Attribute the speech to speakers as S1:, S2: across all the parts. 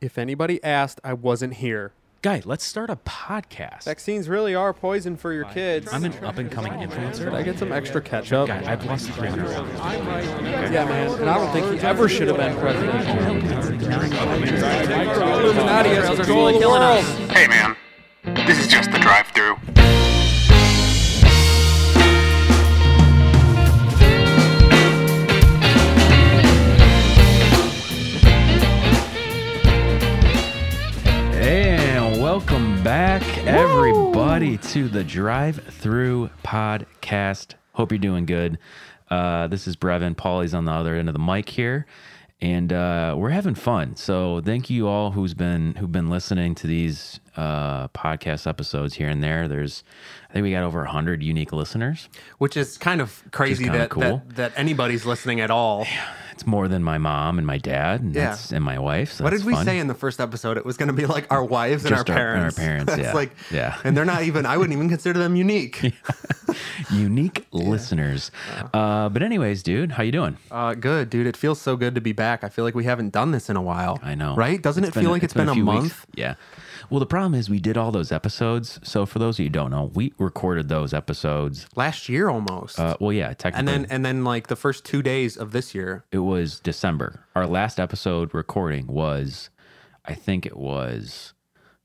S1: If anybody asked, I wasn't here.
S2: Guy, let's start a podcast.
S1: Vaccines really are poison for your kids.
S2: I'm an up and coming influencer.
S1: Did I get some extra ketchup?
S2: Guy, I've lost 300 pounds.
S1: Yeah, man. And I don't think he ever should have been president.
S3: Hey, man. This is just the drive through.
S2: And welcome back, everybody, to the Drive Through Podcast. Hope you're doing good. Uh, this is Brevin. Paulie's on the other end of the mic here, and uh, we're having fun. So thank you all who's been who've been listening to these uh, podcast episodes here and there. There's, I think we got over hundred unique listeners.
S4: which is kind of crazy
S2: kinda
S4: that,
S2: cool.
S4: that that anybody's listening at all.
S2: It's more than my mom and my dad and,
S4: Yeah.
S2: that's, and my wife. So
S4: what
S2: that's
S4: did we
S2: fun.
S4: say in the first episode? It was going to be like our wives and our
S2: Just our- and our
S4: parents.
S2: parents,
S4: It's
S2: yeah.
S4: like,
S2: Yeah.
S4: and they're not even. I wouldn't even consider them unique.
S2: unique listeners. Uh, but anyways, dude, how you doing?
S4: Uh, good, dude. It feels so good to be back. I feel like we haven't done this in a while.
S2: I know,
S4: right? Doesn't it feel like it's been, a,
S2: few weeks.
S4: month?
S2: Yeah. Well, the problem is we did all those episodes. So for those of you who don't know, we recorded those episodes.
S4: Last year almost.
S2: Uh, well, yeah,
S4: and
S2: technically,
S4: then and then like the first two days of this year.
S2: it was December. Our last episode recording was, I think it was.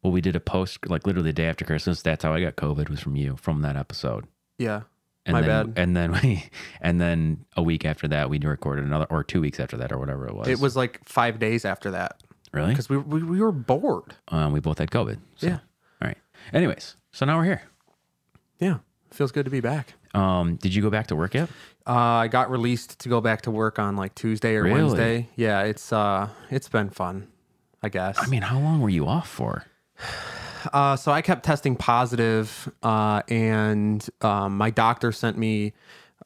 S2: Well, we did a post like literally the day after Christmas. That's how I got COVID was from you from that episode.
S4: Yeah.
S2: And
S4: My
S2: then,
S4: bad.
S2: And then we, and then a week after that, we recorded another, or two weeks after that, or whatever it was.
S4: It was like five days after that
S2: really
S4: because we, we we were bored.
S2: um, we both had COVID. So.
S4: Yeah.
S2: All right. Anyways, so now we're here.
S4: Yeah. Feels good to be back.
S2: Um, did you go back to work yet?
S4: Uh, I got released to go back to work on like Tuesday or
S2: Really?
S4: Wednesday. Yeah, it's uh, it's been fun, I guess.
S2: I mean, how long were you off for?
S4: uh, so I kept testing positive, uh, and um, my doctor sent me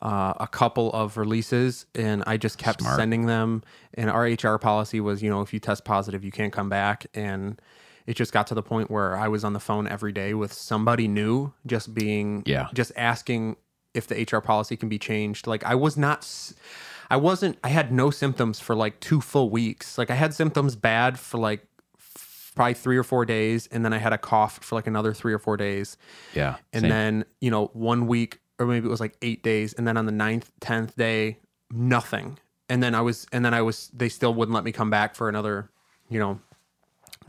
S4: uh, a couple of releases, and I just kept
S2: Smart.
S4: sending them. And our HR policy was, you know, if you test positive, you can't come back, and it just got to the point where I was on the phone every day with somebody new, just being,
S2: Yeah.
S4: just asking if the HR policy can be changed. Like I was not. s- I wasn't. I had no symptoms for like two full weeks. Like I had symptoms bad for like probably three or four days, and then I had a cough for like another three or four days,
S2: Yeah.
S4: and
S2: same.
S4: then you know one week or maybe it was like eight days, and then on the ninth, tenth day, nothing, and then I was, and then I was, they still wouldn't let me come back for another, you know,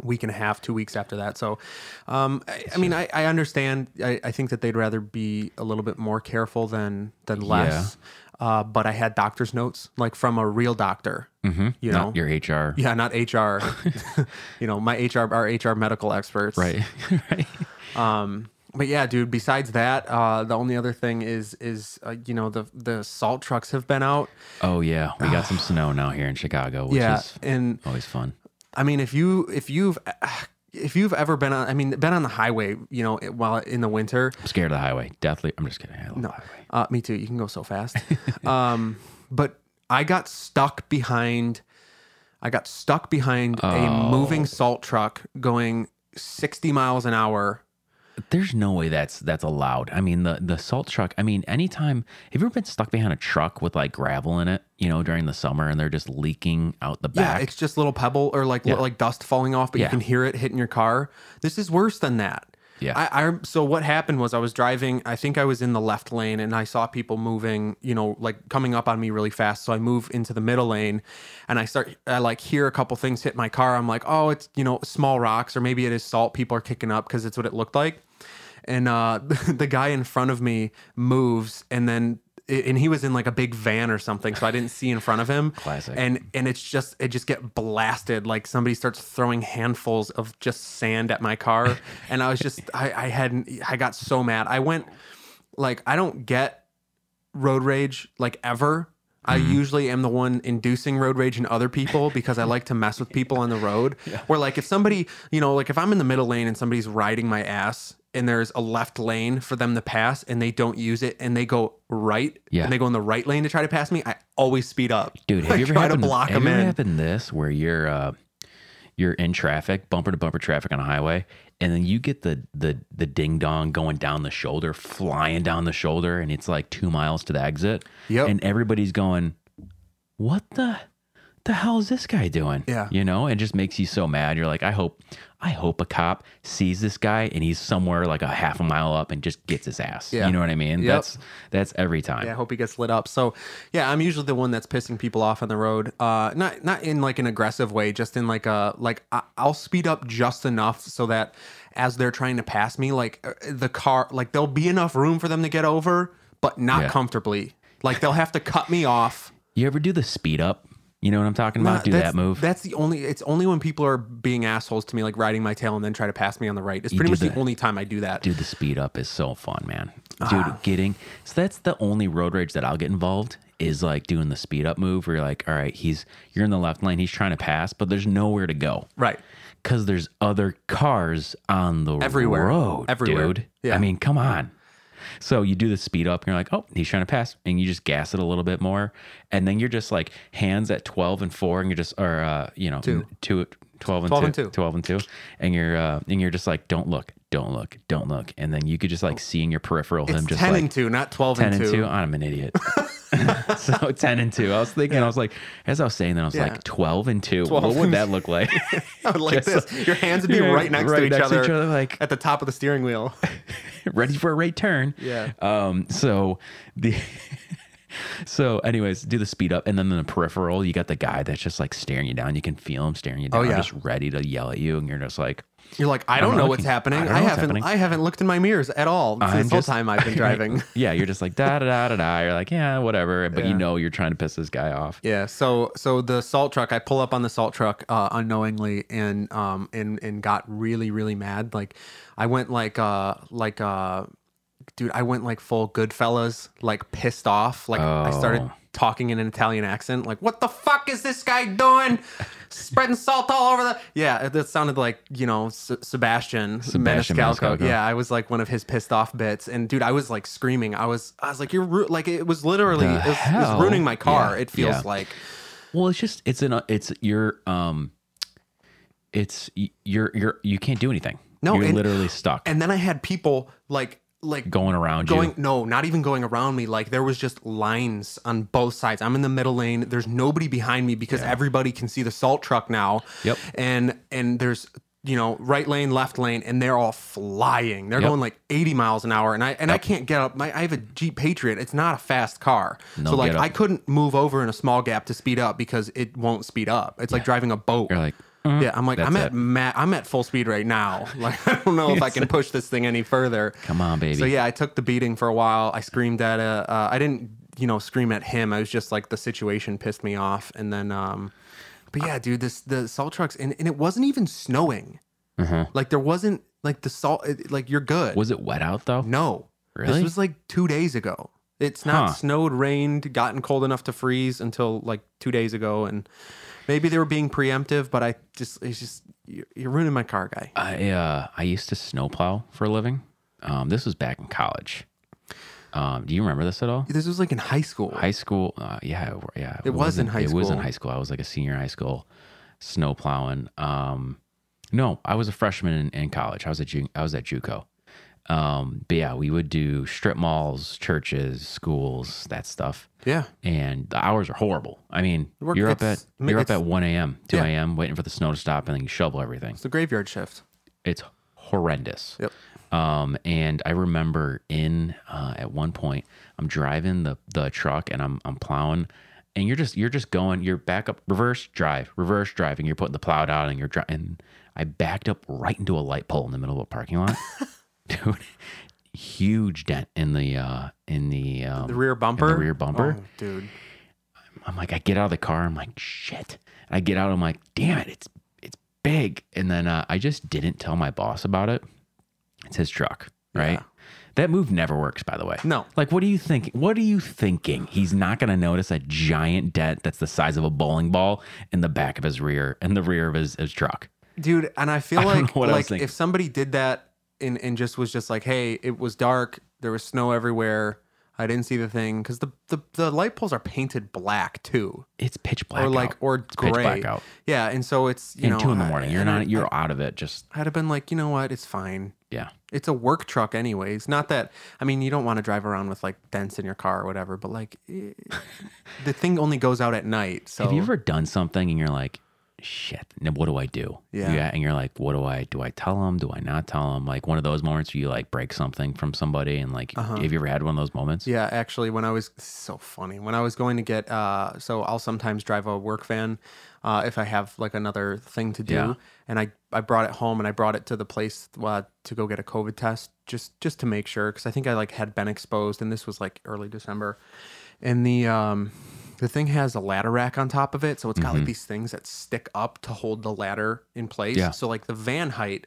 S4: week and a half, two weeks after that. So, um, I, I mean, I, I understand. I, I think that they'd rather be a little bit more careful than than less. Uh, but I had doctor's notes, like from a real doctor.
S2: Mm.
S4: Mm-hmm. You know,
S2: Not your HR.
S4: yeah, not HR. you know, my HR, our HR medical experts.
S2: Right. right.
S4: Um, but yeah, dude. Besides that, uh, the only other thing is is uh, you know the the salt trucks have been out.
S2: Oh yeah, we got some snow now here in Chicago, which
S4: yeah,
S2: is
S4: and
S2: always fun.
S4: I mean, if you if you've if you've ever been on, I mean, been on the highway, you know, it- while in the winter.
S2: I'm scared of the highway. Deathly. I'm just kidding. I love the
S4: No,
S2: highway.
S4: uh, me too. You can go so fast. um, but I got stuck behind. I got stuck behind
S2: Oh.
S4: a moving salt truck going sixty miles an hour.
S2: There's no way that's that's allowed. I mean, the the salt truck. I mean, anytime. Have you ever been stuck behind a truck with like gravel in it? You know, during the summer, and they're just leaking out the
S4: Yeah,
S2: back.
S4: it's just little pebble or like
S2: Yeah.
S4: like dust falling off, but
S2: Yeah.
S4: you can hear it hitting your car. This is worse than that.
S2: Yeah.
S4: I, I so what happened was I was driving. I think I was in the left lane and I saw people moving. You know, like coming up on me really fast. So I move into the middle lane, and I start. I like hear a couple things hit my car. I'm like, oh, it's you know small rocks or maybe it is salt. People are kicking up because it's what it looked like. And uh, the guy in front of me moves, and then and he was in like a big van or something, so I didn't see in front of him.
S2: Classic.
S4: And and it's just it just get blasted. Like somebody starts throwing handfuls of just sand at my car, and I was just I I hadn't I got so mad. I went like I don't get road rage like ever. I
S2: Mm-hmm.
S4: usually am the one inducing road rage in other people because I like to mess with people on the road. Where like if somebody, you know, like if I'm in the middle lane and somebody's riding my ass and there's a left lane for them to pass and they don't use it and they go right
S2: Yeah.
S4: and they go in the right lane to try to pass me, I always speed up.
S2: Dude, have
S4: I
S2: you ever
S4: try
S2: happened,
S4: to block
S2: have
S4: them
S2: you ever
S4: in.
S2: happened this where you're uh, you're in traffic, bumper to bumper traffic on a highway, and then you get the the the ding dong going down the shoulder, flying down the shoulder, and it's like two miles to the exit.
S4: Yep.
S2: And everybody's going, What the the hell is this guy doing?
S4: Yeah.
S2: You know, it just makes you so mad. You're like, I hope, I hope a cop sees this guy and he's somewhere like a half a mile up and just gets his ass.
S4: Yeah.
S2: You know what I mean?
S4: Yep.
S2: That's that's every time.
S4: Yeah, I hope he gets lit up. So, yeah, I'm usually the one that's pissing people off on the road. Uh, not not in like an aggressive way, just in like a like I- I'll speed up just enough so that as they're trying to pass me, like uh, the car, like there'll be enough room for them to get over, but not
S2: Yeah.
S4: comfortably. Like they'll have to cut me off.
S2: You ever do the speed up? You know what I'm talking about?
S4: Uh,
S2: do
S4: that's-
S2: that move.
S4: That's the only. It's only when people are being assholes to me, like riding my tail and then try to pass me on the right. It's pretty
S2: do
S4: much
S2: that.
S4: the only time I do that.
S2: Dude, the speed up is so fun, man. Dude, getting so that's the only road rage that I'll get involved is like doing the speed up move where you're like, all right, he's you're in the left lane, he's trying to pass, but there's nowhere to go.
S4: Right.
S2: Cause there's other cars on the
S4: Everywhere.
S2: road.
S4: Everywhere.
S2: Dude.
S4: Yeah.
S2: I mean, come on. So you do the speed up and you're like, oh, he's trying to pass. And you just gas it a little bit more. And then you're just like hands at 12 and four and you're just, or, uh, you know, two, 12
S4: 12
S2: and two,
S4: and two.
S2: 12 and two. And you're, uh, and you're just like, don't look, don't look, don't look. And then you could just like see in your peripheral
S4: It's
S2: him just
S4: ten
S2: like
S4: and two, not twelve
S2: 10
S4: and two.
S2: I'm an idiot. so 10 and two. I was thinking, I was like, as I was saying that, I was
S4: Yeah.
S2: like 12 and two.
S4: 12
S2: what would
S4: and-
S2: that look like?
S4: like
S2: Just
S4: this. Your hands would be
S2: Yeah,
S4: right next, to,
S2: right
S4: each
S2: next to
S4: other,
S2: each other, like-
S4: at the top of the steering wheel.
S2: ready for a right turn.
S4: Yeah.
S2: Um. So the. So, anyways, do the speed up, and then in the peripheral, you got the guy that's just like staring you down. You can feel him staring you down,
S4: Oh, yeah.
S2: just ready to yell at you, and you're just like,
S4: You're like, I don't
S2: I'm
S4: know
S2: looking.
S4: what's happening.
S2: I
S4: I,
S2: don't know what's
S4: haven't,
S2: happening."
S4: I haven't looked in my mirrors at all
S2: I'm
S4: since the whole
S2: just-
S4: time I've been driving.
S2: yeah, you're just like da da da da da. You're like, yeah, whatever, but you
S4: Yeah.
S2: know you're trying to piss this guy off.
S4: Yeah, so so the salt truck, I pull up on the salt truck uh, unknowingly and um and and got really really mad. Like I went like uh like uh dude, I went like full Goodfellas, like pissed off. Like I started
S2: Oh.
S4: talking in an Italian accent, like what the fuck is this guy doing? Spreading salt all over the yeah. It, that sounded like you know S- Sebastian,
S2: Sebastian
S4: Maniscalco.
S2: Maniscalco.
S4: Yeah, I was like one of his pissed off bits, and dude, I was like screaming. I was I was like you're ru-, like it was literally
S2: The
S4: it was, it
S2: hell?
S4: was ruining my car.
S2: Yeah,
S4: It feels
S2: yeah.
S4: like.
S2: Well, it's just it's an it's your um, it's y- you're you're you can't do anything.
S4: No,
S2: you're
S4: and-
S2: literally stuck
S4: and then I had people like like
S2: going around
S4: going
S2: you.
S4: no, not even going around me. Like there was just lines on both sides. I'm in the middle lane. There's nobody behind me because everybody can see the salt truck now.
S2: Yep.
S4: And and there's you know right lane, left lane, and they're all flying. They're
S2: Yep.
S4: going like 80 miles an hour, and I and I can't get up. My I have a Jeep Patriot. It's not a fast car,
S2: No,
S4: so like
S2: get up.
S4: I couldn't move over in a small gap to speed up because it won't speed up. It's like driving a boat.
S2: You're like,
S4: Yeah, I'm like,
S2: Mm-hmm. That's
S4: I'm
S2: it.
S4: at ma- I'm at full speed right now. Like, I don't know if I can push this thing any further.
S2: come on, baby.
S4: So yeah, I took the beating for a while. I screamed at a, uh, I didn't, you know, scream at him. I was just like, the situation pissed me off, and then, um, but yeah, dude, this the salt trucks, and, and it wasn't even snowing.
S2: Uh-huh.
S4: Like there wasn't like the salt, it- like you're good.
S2: Was it wet out though?
S4: no,
S2: Really?
S4: this was like two days ago. It's not
S2: Huh.
S4: snowed, rained, gotten cold enough to freeze until like two days ago, and maybe they were being preemptive, but I just it's just you're, you're ruining my car, guy.
S2: I uh, I used to snowplow for a living. Um, this was back in college. Um, do you remember this at all?
S4: This was like in high school.
S2: High school, uh, yeah, yeah.
S4: It was in high
S2: It was in
S4: school.
S2: high school. I was like a senior in high school, snowplowing. Um, no, I was a freshman in, in college. I was at Ju- I was at JUCO. Um, but yeah, we would do strip malls, churches, schools, that stuff.
S4: yeah,
S2: and the hours are horrible. I mean,
S4: We're-
S2: you're up at
S4: it's- I mean,
S2: you're up
S4: it's-
S2: at one a.m., two
S4: Yeah.
S2: a.m., waiting for the snow to stop, and then you shovel everything.
S4: it's the graveyard shift.
S2: It's horrendous.
S4: Yep.
S2: Um, and I remember in uh, at one point, I'm driving the the truck and I'm I'm plowing, and you're just you're just going you're back up reverse drive reverse driving. You're putting the plow down and you're driving. And I backed up right into a light pole in the middle of a parking lot, dude. Huge dent in the uh in the um,
S4: The rear bumper.
S2: rear bumper.
S4: Oh, dude.
S2: I'm like, I get out of the car. I'm like, shit. And I get out. I'm like, damn it, it's it's big. And then uh, I just didn't tell my boss about it. It's his truck, right?
S4: Yeah.
S2: That move never works, by the way.
S4: No.
S2: Like, what are you thinking? What are you thinking? He's not gonna notice a giant dent that's the size of a bowling ball in the back of his rear and the rear of his, his truck.
S4: dude and i feel
S2: I don't
S4: like
S2: know what I was
S4: like
S2: thinking.
S4: if somebody did that and and just was just like hey it was dark there was snow everywhere i didn't see the thing because the, the the light poles are painted black too
S2: It's pitch black.
S4: or like or
S2: pitch
S4: gray
S2: blackout.
S4: yeah and so it's you
S2: and
S4: know
S2: two in the
S4: I-
S2: morning. You're
S4: and I-
S2: not. You're out of it. Just
S4: i'd have been like you know what it's fine
S2: yeah.
S4: It's a work truck, anyways. Not that I mean, you don't want to drive around with like dents in your car or whatever, but like eh, the thing only goes out at night. So
S2: Have you ever done something and you're like, shit, now what do I do?
S4: Yeah.
S2: And you're like, what do I, do I tell them? Do I not tell them? Like one of those moments where you like break something from somebody and like, have you ever had one of those moments?
S4: Uh-huh. Yeah, actually, when I was so funny, when I was going to get, uh, so I'll sometimes drive a work van uh, if I have like another thing to do,
S2: Yeah.
S4: and I I brought it home and I brought it to the place uh, to go get a COVID test just just to make sure because I think I like had been exposed and this was like early December, and the um the thing has a ladder rack on top of it, so it's got
S2: Mm-hmm.
S4: like these things that stick up to hold the ladder in place.
S2: Yeah.
S4: So like the van height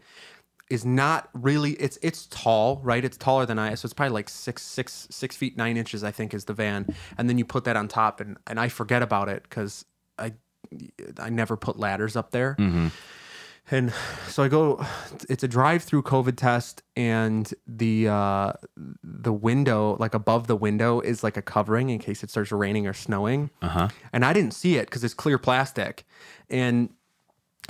S4: is not really it's it's tall right it's taller than i so it's probably like six six six feet nine inches i think is the van and then you put that on top and and i forget about it because i i never put ladders up there
S2: Mm. Mm-hmm.
S4: and so i go it's a drive-through covid test and the uh the window like above the window is like a covering in case it starts raining or snowing uh-huh and i didn't see it because it's clear plastic and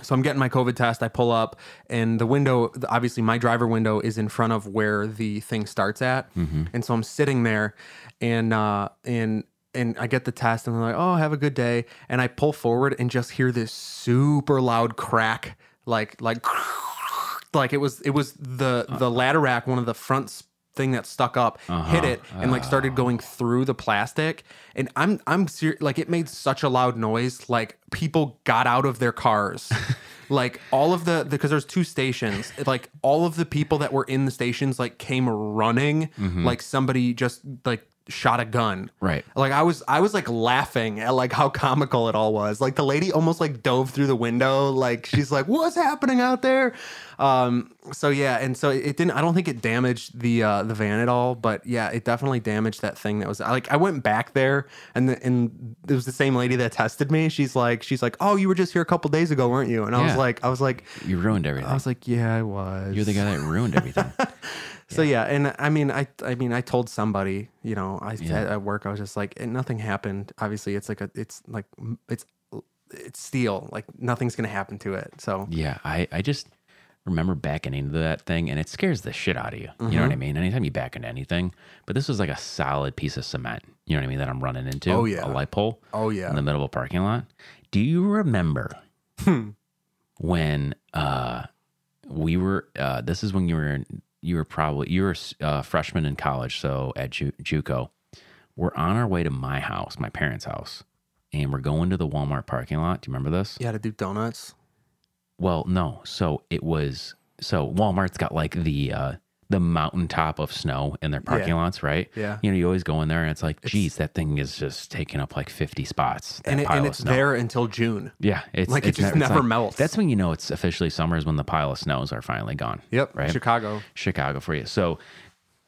S4: so I'm getting my COVID test. I pull up, and the window, obviously, my driver window is in front of where the thing starts at, and so I'm sitting there, and uh, and and I get the test, and I'm like, oh, have a good day, and I pull forward and just hear this super loud crack, like like like it was it was the the ladder rack, one of the front s- thing that stuck up, hit it, and like started going through the plastic. And I'm I'm serious, like it made such a loud noise, like people got out of their cars. like all of the because there's two stations it- like all of the people that were in the stations like came running like somebody just like shot a gun
S2: Right.
S4: like i was i was like laughing at like how comical it all was like the lady almost like dove through the window like she's like what's happening out there um so yeah and so it didn't i don't think it damaged the uh the van at all but yeah it definitely damaged that thing that was like i went back there and the, and it was the same lady that tested me she's like she's like oh you were just here a couple days ago weren't you and i was
S2: Yeah.
S4: like i was like
S2: You ruined everything.
S4: i was like yeah i was
S2: You're the guy that ruined everything.
S4: so yeah, and uh, I mean, I I mean, I told somebody, you know, I at, at work, I was just like, and nothing happened. Obviously, it's like a, it's like, m- it's, it's steel. Like nothing's gonna happen to it. So
S2: yeah. I, I just remember backing into that thing and it scares the shit out of you. You know
S4: Mm-hmm.
S2: what I mean? Anytime you back into anything, but this was like a solid piece of cement. You know what I mean? That I'm running into.
S4: Oh, yeah.
S2: A light pole.
S4: oh yeah,
S2: in the middle of a parking lot. Do you remember
S4: Hmm.
S2: when uh, we were? Uh, this is when you were in, you were probably you were a freshman in college, so at Ju- JUCO. We're on our way to my house, my parents' house, and we're going to the Walmart parking lot. Do you remember this?
S4: you had to do donuts.
S2: Well, no. So it was so Walmart's got like the uh the mountaintop of snow in their parking
S4: Yeah.
S2: lots, right?
S4: Yeah.
S2: You know, you always go in there and it's like, geez, that thing is just taking up like 50 spots. That
S4: and it,
S2: pile
S4: and
S2: of
S4: it's
S2: snow.
S4: there until June.
S2: Yeah, it's
S4: Like, it
S2: it's
S4: just
S2: ne- it's
S4: never melts.
S2: That's when you know it's officially summer is when the pile of snows are finally gone.
S4: Yep,
S2: right.
S4: Chicago.
S2: Chicago for you. So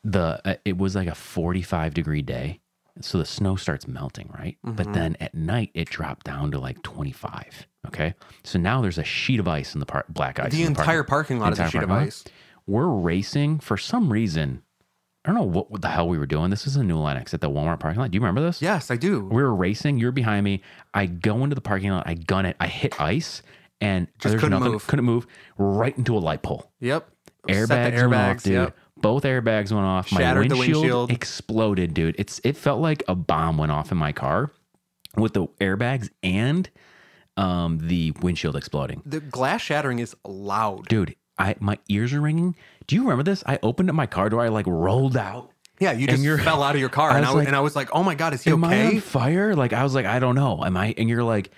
S2: the uh, it was like a 45 degree day, so the snow starts melting, right?
S4: Mm-hmm.
S2: But then at night it dropped down to like 25. Okay, so now there's a sheet of ice in the par- black ice.
S4: The
S2: in
S4: entire parking lot is a
S2: entire
S4: sheet of
S2: parking lot.
S4: ice.
S2: We're racing for some reason. I don't know what, what the hell we were doing. This is a new Linux at the Walmart parking lot. Do you remember this?
S4: Yes, I do.
S2: we were racing. You're behind me. I go into the parking lot. I gun it. I hit ice, and
S4: Just
S2: there's
S4: couldn't
S2: nothing.
S4: move.
S2: Couldn't move. Right into a light pole.
S4: yep.
S2: Airbags,
S4: Set the
S2: went off, dude.
S4: Yep.
S2: Both airbags went off.
S4: Shattered
S2: my
S4: the
S2: windshield,
S4: windshield.
S2: exploded, dude. It's it felt like a bomb went off in my car with the airbags and um the windshield exploding.
S4: The glass shattering is loud.
S2: Dude, I my ears are ringing. Do you remember this? I opened up my car door. I like rolled out.
S4: yeah, you just
S2: you're-
S4: fell out of your car,
S2: I
S4: and
S2: was
S4: I was,
S2: like,
S4: and I was like, oh my god, is he
S2: am I on
S4: okay?
S2: fire? Like I was like, I don't know. Am I? And you're like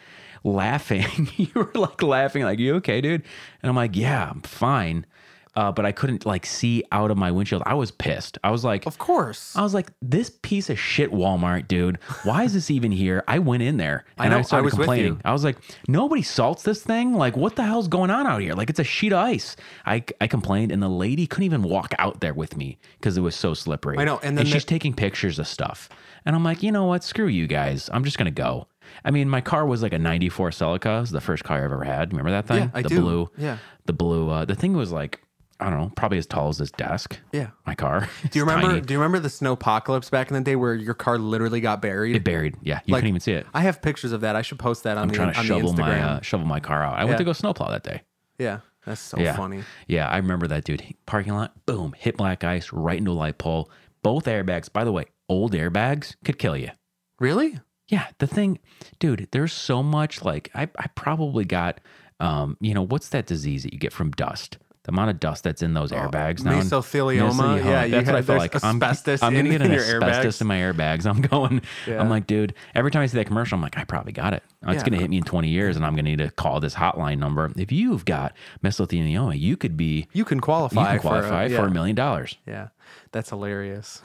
S2: laughing. you were like laughing, like you okay, dude? And I'm like, yeah, I'm fine. Uh, but I couldn't like see out of my windshield. I was pissed. I was like,
S4: Of course.
S2: I was like, this piece of shit Walmart, dude. Why is this even here? I went in there
S4: I
S2: and I,
S4: know, I
S2: started
S4: was with you.
S2: complaining. I was like, nobody salts this thing. Like, what the hell's going on out here? Like, it's a sheet of ice. I, I complained, and the lady couldn't even walk out there with me because it was so slippery.
S4: I know, and then the-
S2: she's taking pictures of stuff. And I'm like, you know what? Screw you guys. I'm just going to go. I mean, my car was like a 94 Celica. It was the first car I ever had. Remember that thing?
S4: Yeah, I
S2: the
S4: do.
S2: blue.
S4: Yeah.
S2: The blue. Uh, the thing was like, I don't know, probably as tall as this desk.
S4: Yeah.
S2: My car.
S4: Do you
S2: It's
S4: remember?
S2: tiny.
S4: Do you remember the snowpocalypse back in the day where your car literally got buried?
S2: It buried. Yeah, you
S4: Like,
S2: couldn't even see it.
S4: I have pictures of that. I should post that on
S2: I'm
S4: the
S2: trying to
S4: on the
S2: shovel
S4: Instagram.
S2: my uh, shovel my car out. I went
S4: Yeah.
S2: to go snowplow that day.
S4: yeah, That's so
S2: yeah.
S4: funny.
S2: Yeah, I remember that dude. He- Parking lot, boom, hit black ice right into a light pole. Both airbags, by the way, old airbags could kill you.
S4: Really?
S2: Yeah, the thing, dude, there's so much like I, I probably got um, you know, what's that disease that you get from dust? The amount of dust that's in
S4: Oh,
S2: those airbags now.
S4: mesothelioma.
S2: Mesothelioma.
S4: Yeah, you
S2: that's what I
S4: had-
S2: felt
S4: there's
S2: like. I'm-
S4: asbestos
S2: I'm,
S4: in-
S2: gonna get an
S4: in your
S2: asbestos
S4: airbags.
S2: in my airbags. I'm going.
S4: Yeah.
S2: I'm like, dude. Every time I see that commercial, I'm like, I probably got it. It's
S4: Yeah.
S2: gonna hit me in 20 years, and I'm gonna need to call this hotline number. If you've got mesothelioma, you could be
S4: You can
S2: you
S4: qualify.
S2: can qualify
S4: for,
S2: for a million dollars.
S4: yeah. Yeah, that's hilarious,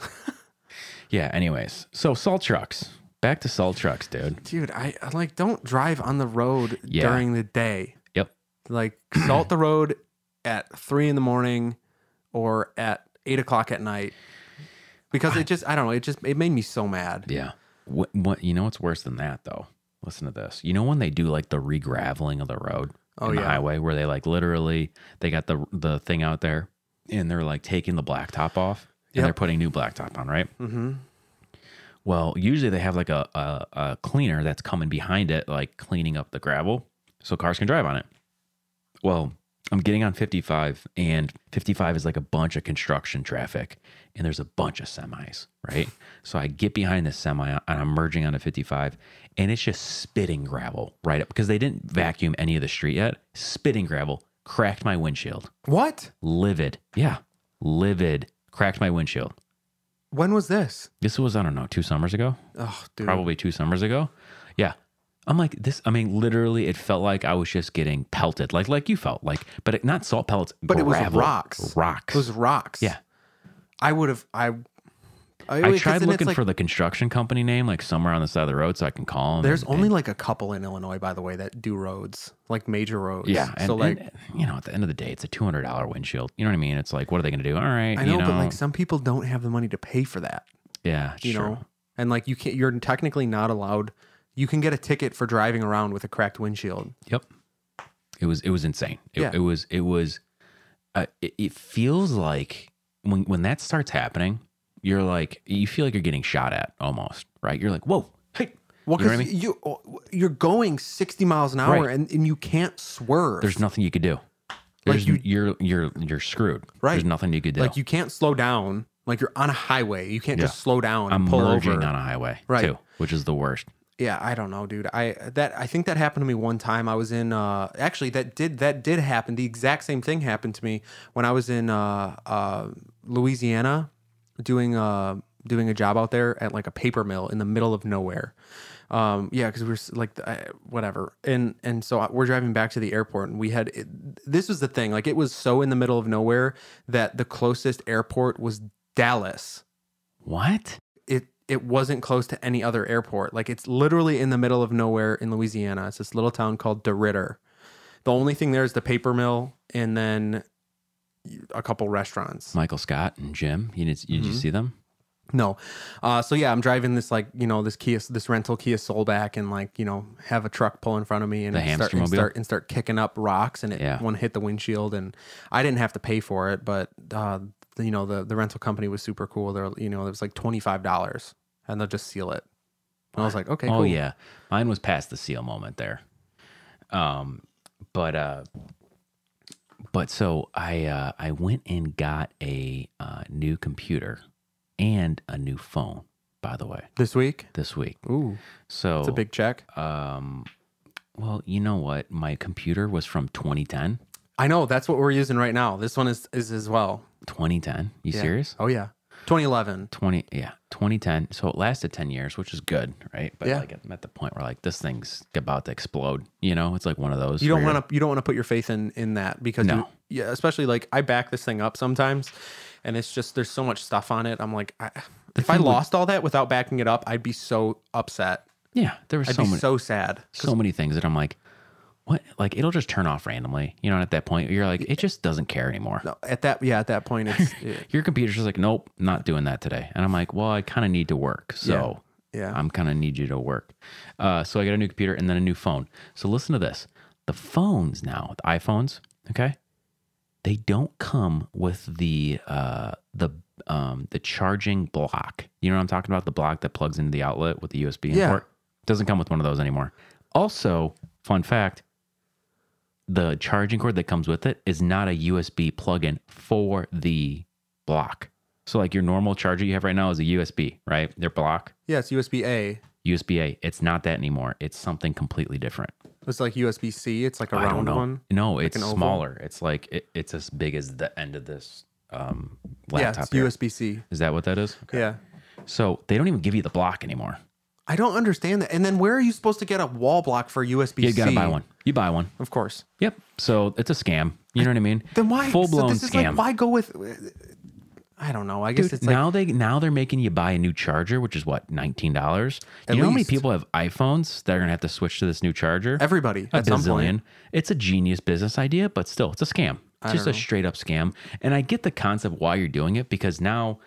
S2: Yeah. Anyways, so salt trucks. Back to salt trucks, dude.
S4: dude. I I, like don't drive on the road
S2: Yeah.
S4: during the day.
S2: Yep.
S4: Like salt the road at three in the morning or at eight o'clock at night because it just I don't know. It just it made me so mad.
S2: Yeah. What, what you know? What's worse than that though? Listen to this. You know when they do like the regraveling of the road
S4: Oh,
S2: in the
S4: yeah.
S2: highway, where they like literally they got the the thing out there and they're like taking the blacktop off and
S4: Yep.
S2: they're putting new blacktop on, right?
S4: Mm-hmm.
S2: Well, usually they have like a, a a cleaner that's coming behind it, like cleaning up the gravel, so cars can drive on it. Well, I'm getting on 55, and 55 is like a bunch of construction traffic, and there's a bunch of semis, right? So I get behind this semi, and I'm merging onto 55, and it's just spitting gravel right up because they didn't vacuum any of the street yet. Spitting gravel cracked my windshield.
S4: What?
S2: Livid, yeah, livid. Cracked my windshield.
S4: When was this?
S2: This was I don't know two summers ago
S4: Oh, dude.
S2: probably two summers ago. Yeah. I'm like this. I mean, literally, it felt like I was just getting pelted, like like you felt, like, but it, not salt pellets,
S4: But it was
S2: gravel,
S4: rocks.
S2: rocks.
S4: It was rocks.
S2: Yeah.
S4: I would have. I.
S2: I tried looking for the construction company name, like somewhere on the side of the road, so I can call them.
S4: There's only like a couple in Illinois, by the way, that do roads, like major roads.
S2: yeah, and,
S4: so like,
S2: and, you know, at the end of the day, it's a two hundred dollar windshield. You know what I mean? It's like, what are they going to do? All right,
S4: I know,
S2: you know,
S4: but like some people don't have the money to pay for that,
S2: yeah, it's
S4: you
S2: true.
S4: know, and like you can't. You're technically not allowed. You can get a ticket for driving around with a cracked windshield.
S2: Yep. It was it was insane. It,
S4: Yeah.
S2: it was it was uh, it, it feels like when when that starts happening, you're like you feel like you're getting shot at almost, right? You're like, "Whoa, hey,
S4: Well,
S2: You know what I
S4: because
S2: mean?
S4: you, you are going 60 miles an hour
S2: Right.
S4: and, and you can't swerve.
S2: there's nothing you could do."
S4: Like
S2: There's,
S4: you-
S2: you're you're you're screwed.
S4: Right.
S2: There's nothing you could do.
S4: like you can't slow down. Like you're on a highway. You can't
S2: Yeah.
S4: just slow down and
S2: I'm
S4: pull
S2: merging
S4: over.
S2: on a highway
S4: Right.
S2: too, which is the worst.
S4: yeah i don't know dude i that i think that happened to me one time i was in uh actually that did that did happen the exact same thing happened to me when i was in uh uh louisiana doing uh doing a job out there at like a paper mill in the middle of nowhere um yeah because we were s- like I, whatever and and so I- we're driving back to the airport and we had it, this was the thing like it was so in the middle of nowhere that the closest airport was dallas
S2: What?
S4: it it wasn't close to any other airport. Like it's literally in the middle of nowhere in Louisiana. It's this little town called DeRidder. The only thing there is the paper mill and then a couple restaurants.
S2: Michael Scott and Jim, you did, did you
S4: Mm-hmm.
S2: see them?
S4: No. Uh, so yeah, I'm driving this like you know this Kia this rental Kia Soulback and like you know have a truck pull in front of me and
S2: The
S4: start
S2: hamstermobile?
S4: and start and start kicking up rocks and it
S2: Yeah.
S4: one hit the windshield and I didn't have to pay for it but uh, the- you know the the rental company was super cool. They're you know it was like twenty five dollars and they'll just seal it. And I was like okay.
S2: oh
S4: cool.
S2: yeah, mine was past the seal moment there. Um, but uh, but so I uh, I went and got a uh, new computer and a new phone. By the way,
S4: This week.
S2: this week.
S4: Ooh,
S2: So
S4: it's a big check.
S2: um. Well, you know what? My computer was from 2010.
S4: I know that's what we're using right now. This one is is as well.
S2: 2010. You
S4: Yeah.
S2: serious?
S4: Oh yeah, 2011.
S2: 20 yeah 2010 so it lasted 10 years which is good right but
S4: Yeah.
S2: like i'm at the point where like this thing's about to explode you know it's like one of those
S4: you don't
S2: where you're-
S4: want to you don't want to put your faith in in that because
S2: No.
S4: you, yeah especially like i back this thing up sometimes and it's just there's so much stuff on it i'm like I, if i
S2: thing with-
S4: lost all that without backing it up i'd be so upset
S2: yeah there was
S4: i'd
S2: so
S4: be
S2: many
S4: so sad
S2: so many things that i'm like what like it'll just turn off randomly you know and at that point you're like it just doesn't care anymore
S4: No, at that yeah at that point it's yeah,
S2: your computer's just like nope not doing that today and i'm like well i kind of need to work so
S4: yeah.
S2: i'm kind of need you to work uh, so i got a new computer and then a new phone so listen to this the phones now the iphones okay they don't come with the uh, the um, the charging block you know what i'm talking about the block that plugs into the outlet with the usb
S4: Yeah.
S2: import doesn't come with one of those anymore also fun fact the charging cord that comes with it is not a USB plug-in for the block. So like your normal charger you have right now is a USB, right? Their block
S4: Yes, USB A.
S2: USB A. It's not that anymore. It's something completely different.
S4: It's like USB C. It's like a
S2: I don't
S4: round
S2: know.
S4: one.
S2: No, it's
S4: an oval?
S2: smaller. It's like it, it's as big as the end of this um,
S4: Yeah,
S2: laptop.
S4: it's
S2: here.
S4: USB C.
S2: Is that what that is? Okay.
S4: Yeah.
S2: So they don't even give you the block anymore.
S4: I don't understand that. And then where are you supposed to get a wall block for USB C?
S2: You gotta buy one. You buy one.
S4: Of course.
S2: Yep. So it's a scam. You know what I mean?
S4: Then why
S2: full
S4: so
S2: blown
S4: this is
S2: scam?
S4: Like, why go with? I don't know. I guess
S2: Dude,
S4: it's like
S2: now they now they're making you buy a new charger, which is what nineteen dollars. You know how many
S4: least.
S2: people have iPhones that are gonna have to switch to this new charger?
S4: everybody
S2: a
S4: at some point.
S2: bazillion. It's a genius business idea, but still, it's a scam. It's just a straight up scam. And I get the concept why you're doing it because now,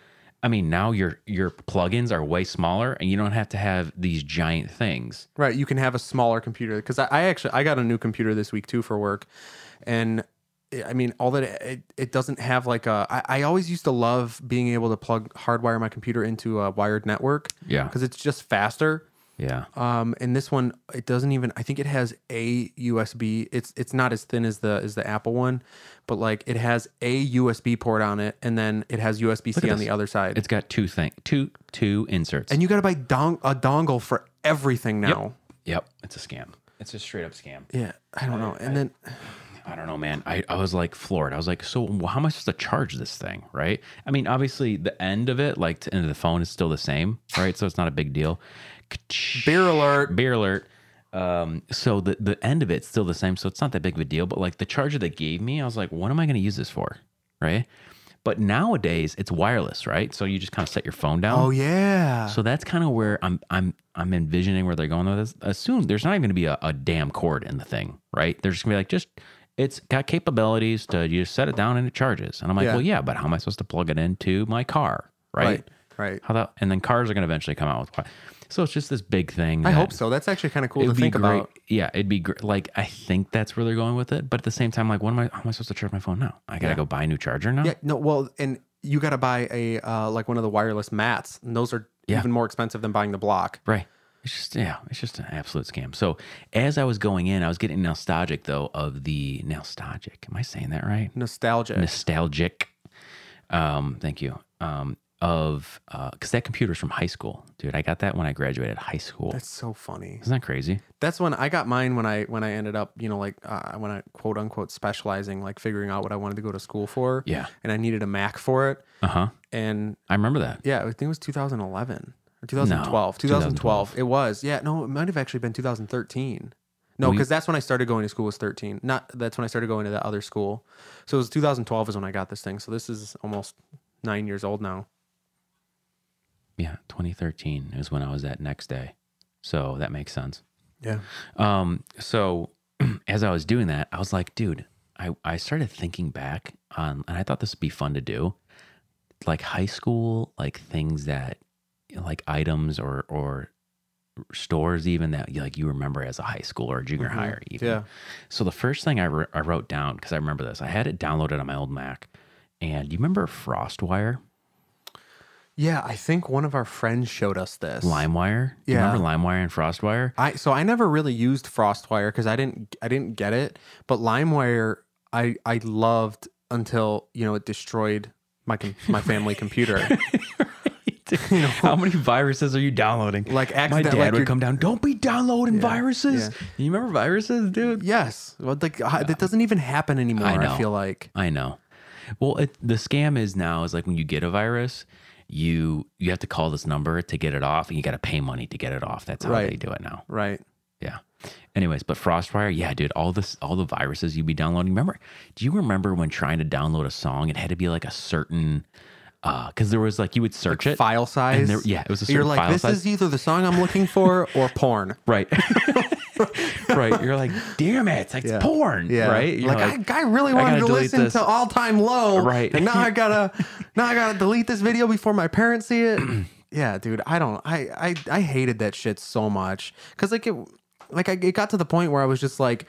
S2: I mean, now your your plugins are way smaller, and you don't have to have these giant things.
S4: Right. You can have a smaller computer because I, I actually I got a new computer this week too for work, and eh, I- I mean all that it, it doesn't have like a. I, I always used to love being able to plug hardwire my computer into a wired network.
S2: Yeah.
S4: Because it's just faster.
S2: Yeah,
S4: Um, and this one, it doesn't even. I think it has a USB. It's it's not as thin as the as the Apple one, but like it has a USB port on it, and then it has USB C on the other side.
S2: it's got two thing two two inserts.
S4: and you got to buy dong- a dongle for everything now.
S2: yep, it's a scam. It's a straight up scam.
S4: Yeah, I don't know. And then
S2: I don't know, man. I, I was like floored. I was like, so how am I supposed to charge this thing? Right. I mean, obviously, the end of it, like the end of the phone, is still the same. Right. So it's not a big deal.
S4: beer alert.
S2: Beer alert. Um, so the, the end of it's still the same. So it's not that big of a deal. But like the charger they gave me, I was like, what am I going to use this for? Right. But nowadays, it's wireless. Right. So you just kind of set your phone down.
S4: Oh yeah.
S2: So that's kind of where I'm I'm I'm envisioning where they're going with this. As soon there's not even gonna be a, a damn cord in the thing, right? They're just gonna be like, just it's got capabilities to you just set it down and it charges. And I'm like,
S4: Yeah.
S2: well, yeah, but how am I supposed to plug it into my car, right?
S4: right. Right.
S2: How that and then cars are gonna eventually come out with. wi- So it's just this big thing.
S4: I
S2: that-
S4: hope so. That's actually kind of cool to think
S2: great.
S4: about.
S2: Yeah, it'd be great. Like I think that's where they're going with it. But at the same time, like, what am I? How am I supposed to charge my phone now? I gotta go buy a new charger now.
S4: Yeah. No. Well, and you got to buy a uh, like one of the wireless mats, and those are
S2: Yeah.
S4: even more expensive than buying the block.
S2: Right. It's just yeah, it's just an absolute scam. So as I was going in, I was getting nostalgic though of the nostalgic. Am I saying that right?
S4: Nostalgic.
S2: Nostalgic. Um, thank you. Um, of uh, because that computer's from high school, dude. I got that when I graduated high school.
S4: That's so funny.
S2: Isn't that crazy?
S4: That's when I got mine when I when I ended up, you know, like uh, when I quote unquote specializing, like figuring out what I wanted to go to school for.
S2: Yeah.
S4: And I needed a Mac for it,
S2: Uh huh.
S4: and
S2: I remember that.
S4: yeah, I think it was 2011 or 2012.
S2: 2012.
S4: 2012. It was. Yeah. No, it might have actually been 2013. No,
S2: We-
S4: because that's when I started going to school was 13. Not that's when I started going to that other school. So it was 2012 is when I got this thing. So this is almost nine years old now.
S2: Yeah, 2013 is when I was at next day. So that makes sense.
S4: Yeah.
S2: Um, so as I was doing that, I was like, dude, I, I started thinking back on, and I thought this would be fun to do, like high school, like things that, like items or or stores even that like you remember as a high school or junior high or even.
S4: Mm-hmm. Yeah.
S2: So the first thing I, wr- I wrote down because I remember this, I had it downloaded on my old Mac, and you remember FrostWire,
S4: Yeah. I think one of our friends showed us this.
S2: LimeWire? Do
S4: Yeah.
S2: You remember LimeWire and FrostWire?
S4: I so I never really used FrostWire because I didn't I didn't get it, but LimeWire I I loved until you know it destroyed my com- my family computer.
S2: How many viruses are you downloading?
S4: Like
S2: My
S4: accident,
S2: dad
S4: like
S2: would
S4: your-
S2: come down. Don't be downloading viruses. You remember viruses, dude?
S4: Yes, well, like uh, that doesn't even happen anymore.
S2: I
S4: I,
S2: know.
S4: feel like
S2: I know. Well, it, the scam is now is like when you get a virus, you you have to call this number to get it off, and you got to pay money to get it off. That's how
S4: Right.
S2: they do it now.
S4: right.
S2: Yeah. Anyways, but FrostWire, yeah, dude, all this, all the viruses you'd be downloading. Remember? Do you remember when trying to download a song, it had to be like a certain, uh, because there was like you would search it,
S4: File size.
S2: there- yeah, it was a
S4: You're
S2: certain
S4: like
S2: file
S4: this
S2: size."
S4: is either the song I'm looking for or porn.
S2: right? right. You're like, damn it, it's like
S4: Yeah.
S2: porn, right? You're
S4: like, I, I really wanted
S2: gotta
S4: to
S2: delete
S4: listen
S2: this.
S4: to All Time Low.
S2: Right.
S4: And now I gotta now I gotta delete this video before my parents see it. yeah, dude. I don't. I I I hated that shit so much because like it like I, it got to the point where I was just like,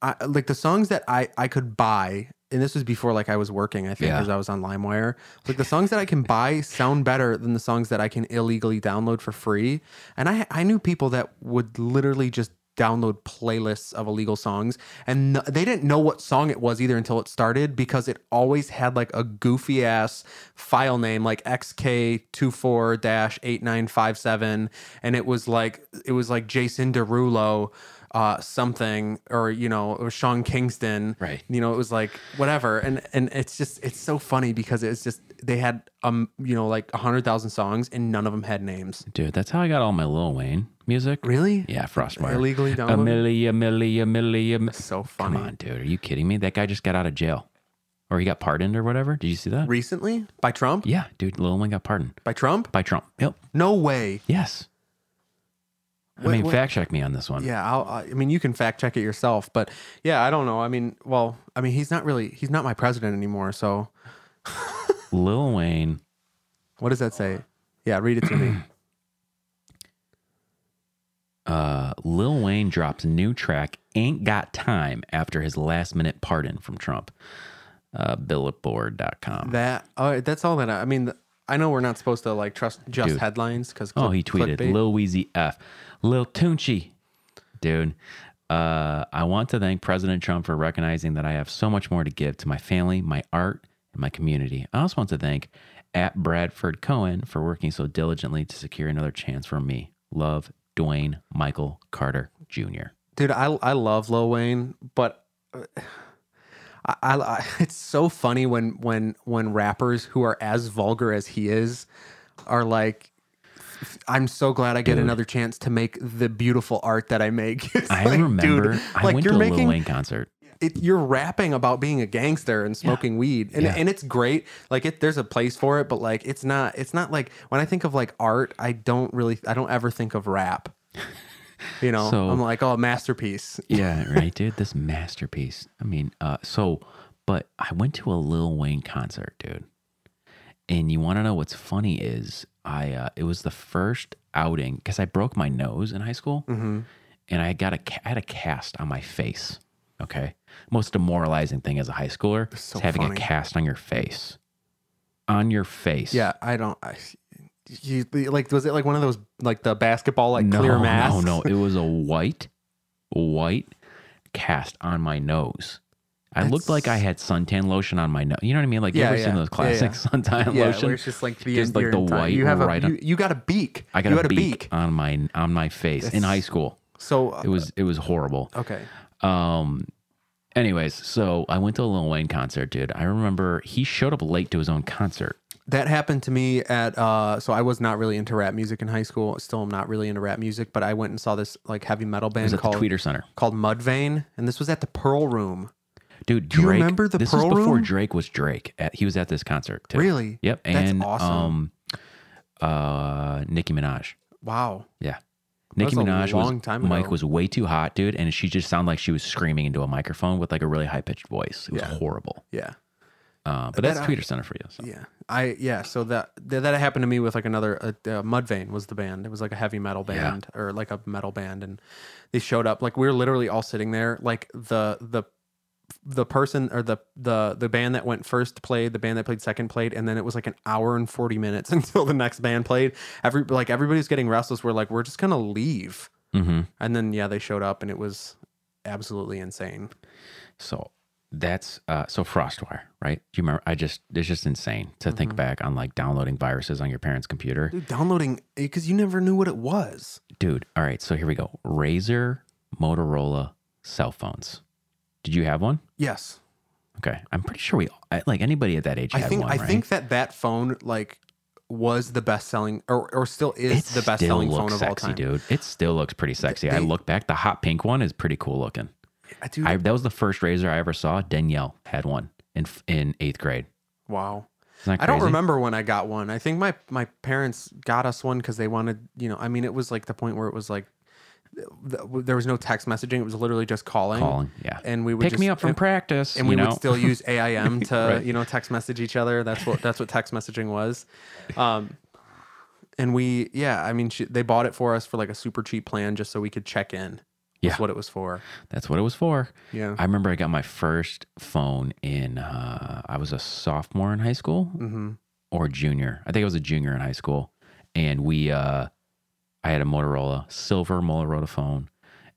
S4: I like the songs that I I could buy. And this was before like I was working, I think,
S2: Yeah.
S4: because I was on LimeWire. Like the songs that I can buy sound better than the songs that I can illegally download for free. And I I knew people that would literally just download playlists of illegal songs and n- they didn't know what song it was either until it started because it always had like a goofy ass file name like xk24-8957 and it was like it was like Jason Derulo uh, something or you know it was Sean Kingston
S2: Right.
S4: you know it was like whatever and and it's just it's so funny because it's just they had um you know like 100,000 songs and none of them had names
S2: Dude, that's how I got all my Lil Wayne music.
S4: really
S2: Yeah, Frostwire.
S4: Illegally
S2: A
S4: downloaded?
S2: milli, a milli, a milli, a mi-
S4: so
S2: Come
S4: funny
S2: on, dude. Are you kidding me? That guy just got out of jail. Or he got pardoned or whatever. Did you see that?
S4: recently by Trump
S2: Yeah, dude. Lil Wayne got pardoned
S4: by Trump
S2: by Trump. Yep.
S4: no way
S2: Yes. I
S4: Wait,
S2: mean,
S4: what-
S2: fact check me on this one.
S4: yeah I'll, I I mean you can fact check it yourself but yeah I don't know I mean well I mean he's not really he's not my president anymore so
S2: Lil Wayne
S4: what does that say yeah read it to me
S2: uh, Lil Wayne drops new track "Ain't Got Time" after his last-minute pardon from Trump. Uh, Billboard.com.
S4: that uh, that's all that I, I mean I know we're not supposed to like trust just
S2: Dude.
S4: headlines because
S2: oh, he tweeted Lil Weezy F, Lil Tunchi, dude. Uh, I want to thank President Trump for recognizing that I have so much more to give to my family, my art, and my community. I also want to thank at Bradford Cohen for working so diligently to secure another chance for me. Love, Dwayne Michael Carter Jr.
S4: dude i i love lil wayne but uh, I, I I- it's so funny when when when rappers who are as vulgar as he is are like I'm so glad I get another chance to make the beautiful art that I make. It's
S2: I
S4: like,
S2: remember
S4: dude,
S2: I
S4: like
S2: went
S4: you're
S2: to a
S4: making
S2: Lil Wayne concert.
S4: it, you're rapping about being a gangster and smoking weed and,
S2: Yeah.
S4: and it's great like it there's a place for it but like it's not it's not like when i think of like art i don't really i don't ever think of rap you know
S2: So-
S4: i'm like oh masterpiece
S2: Yeah, right, dude. This masterpiece. I mean, uh, so, but I went to a Lil Wayne concert, dude. And you want to know what's funny is I uh, it was the first outing because I broke my nose in high school,
S4: Mm-hmm.
S2: and I got a ca- I had a cast on my face. Okay, most demoralizing thing as a high schooler
S4: so
S2: is having
S4: funny.
S2: a cast on your face, on your face.
S4: yeah i don't I, you, like was it like one of those like the basketball like
S2: no,
S4: clear masks
S2: No, no, it was a white, white cast on my nose. I looked like I had suntan lotion on my nose. You know what I mean? Like you
S4: Yeah,
S2: ever
S4: yeah.
S2: seen those
S4: Yeah, yeah.
S2: classic suntan
S4: yeah
S2: lotion?
S4: where it's just like the
S2: Just, like,
S4: your
S2: the
S4: entire-
S2: white
S4: you have a
S2: right on-
S4: you, you got a beak
S2: I got
S4: you
S2: a,
S4: had
S2: beak on my on my face in
S4: That's-
S2: high school.
S4: so
S2: It was it was horrible.
S4: okay
S2: Um anyways, so I went to a Lil Wayne concert, dude. I remember he showed up late to his own concert.
S4: that happened to me at uh so i was not really into rap music in high school still am not really into rap music but i went and saw this like heavy metal
S2: It was
S4: band
S2: at the
S4: called
S2: Tweeter Center.
S4: called mudvayne and this was at the pearl room
S2: Dude,
S4: Do you
S2: Drake.
S4: remember the
S2: this
S4: Pearl
S2: was before
S4: Room?
S2: Drake was Drake. At, he was at this concert too.
S4: really
S2: Yep.
S4: That's
S2: And
S4: awesome.
S2: um uh Nicki Minaj.
S4: wow
S2: Yeah. Nicki
S4: was a
S2: Minaj
S4: long
S2: was
S4: time
S2: Mike
S4: ago.
S2: was way too hot, dude, and she just sounded like she was screaming into a microphone with like a really high pitched voice. It was
S4: Yeah.
S2: horrible.
S4: yeah
S2: Uh, but
S4: That
S2: that's
S4: I-
S2: Tweeter Center for you. so.
S4: yeah i yeah so that that, that happened to me with like another uh, uh, mudvayne was the band it was like a heavy metal
S2: Yeah.
S4: band or like a metal band and they showed up like we were literally all sitting there like the the the person or the the the band that went first played the band that played second played and then it was like an hour and 40 minutes until the next band played every like everybody's getting restless we're like we're just gonna leave
S2: Mhm.
S4: and then yeah they showed up and it was absolutely insane
S2: So that's uh, so Frostwire, right? Do you remember? I just it's just insane to
S4: Mm-hmm.
S2: think back on like downloading viruses on your parents' computer,
S4: Dude, downloading because you never knew what it was
S2: dude. All right, so here we go. Razor, Motorola, cell phones. Did you have one?
S4: yes
S2: Okay, I'm pretty sure we I- like anybody at that age.
S4: I
S2: had
S4: think
S2: one,
S4: I
S2: right?
S4: think that that phone like was the best selling or, or still is
S2: It
S4: the best
S2: still
S4: selling
S2: looks
S4: phone of
S2: sexy,
S4: all time.
S2: dude. It still looks pretty sexy. I
S4: they- Mm.
S2: look back, the hot pink one is pretty cool looking.
S4: I- dude,
S2: I, that was the first razor I ever saw. Danielle had one in f- in eighth grade.
S4: wow.
S2: Isn't that
S4: I don't
S2: crazy?
S4: remember when I got one. I think my my parents got us one because they wanted, you know, I mean, it was like the point where it was like th- th- there was no text messaging. It was literally just calling.
S2: calling. Yeah,
S4: And we would
S2: pick
S4: just,
S2: me up from
S4: and,
S2: practice,
S4: and we
S2: you know?
S4: would still use AIM to
S2: Right.
S4: you know text message each other. That's what that's what text messaging was. Um, and we yeah, I mean, she, they bought it for us for like a super cheap plan just so we could check in.
S2: Yeah.
S4: That's what it was for.
S2: That's what it was for.
S4: Yeah.
S2: I remember I got my first phone in. Uh, I was a sophomore in high school
S4: mm-hmm.
S2: or junior. I think I was a junior in high school, and we. Uh, I had a Motorola silver Motorola phone,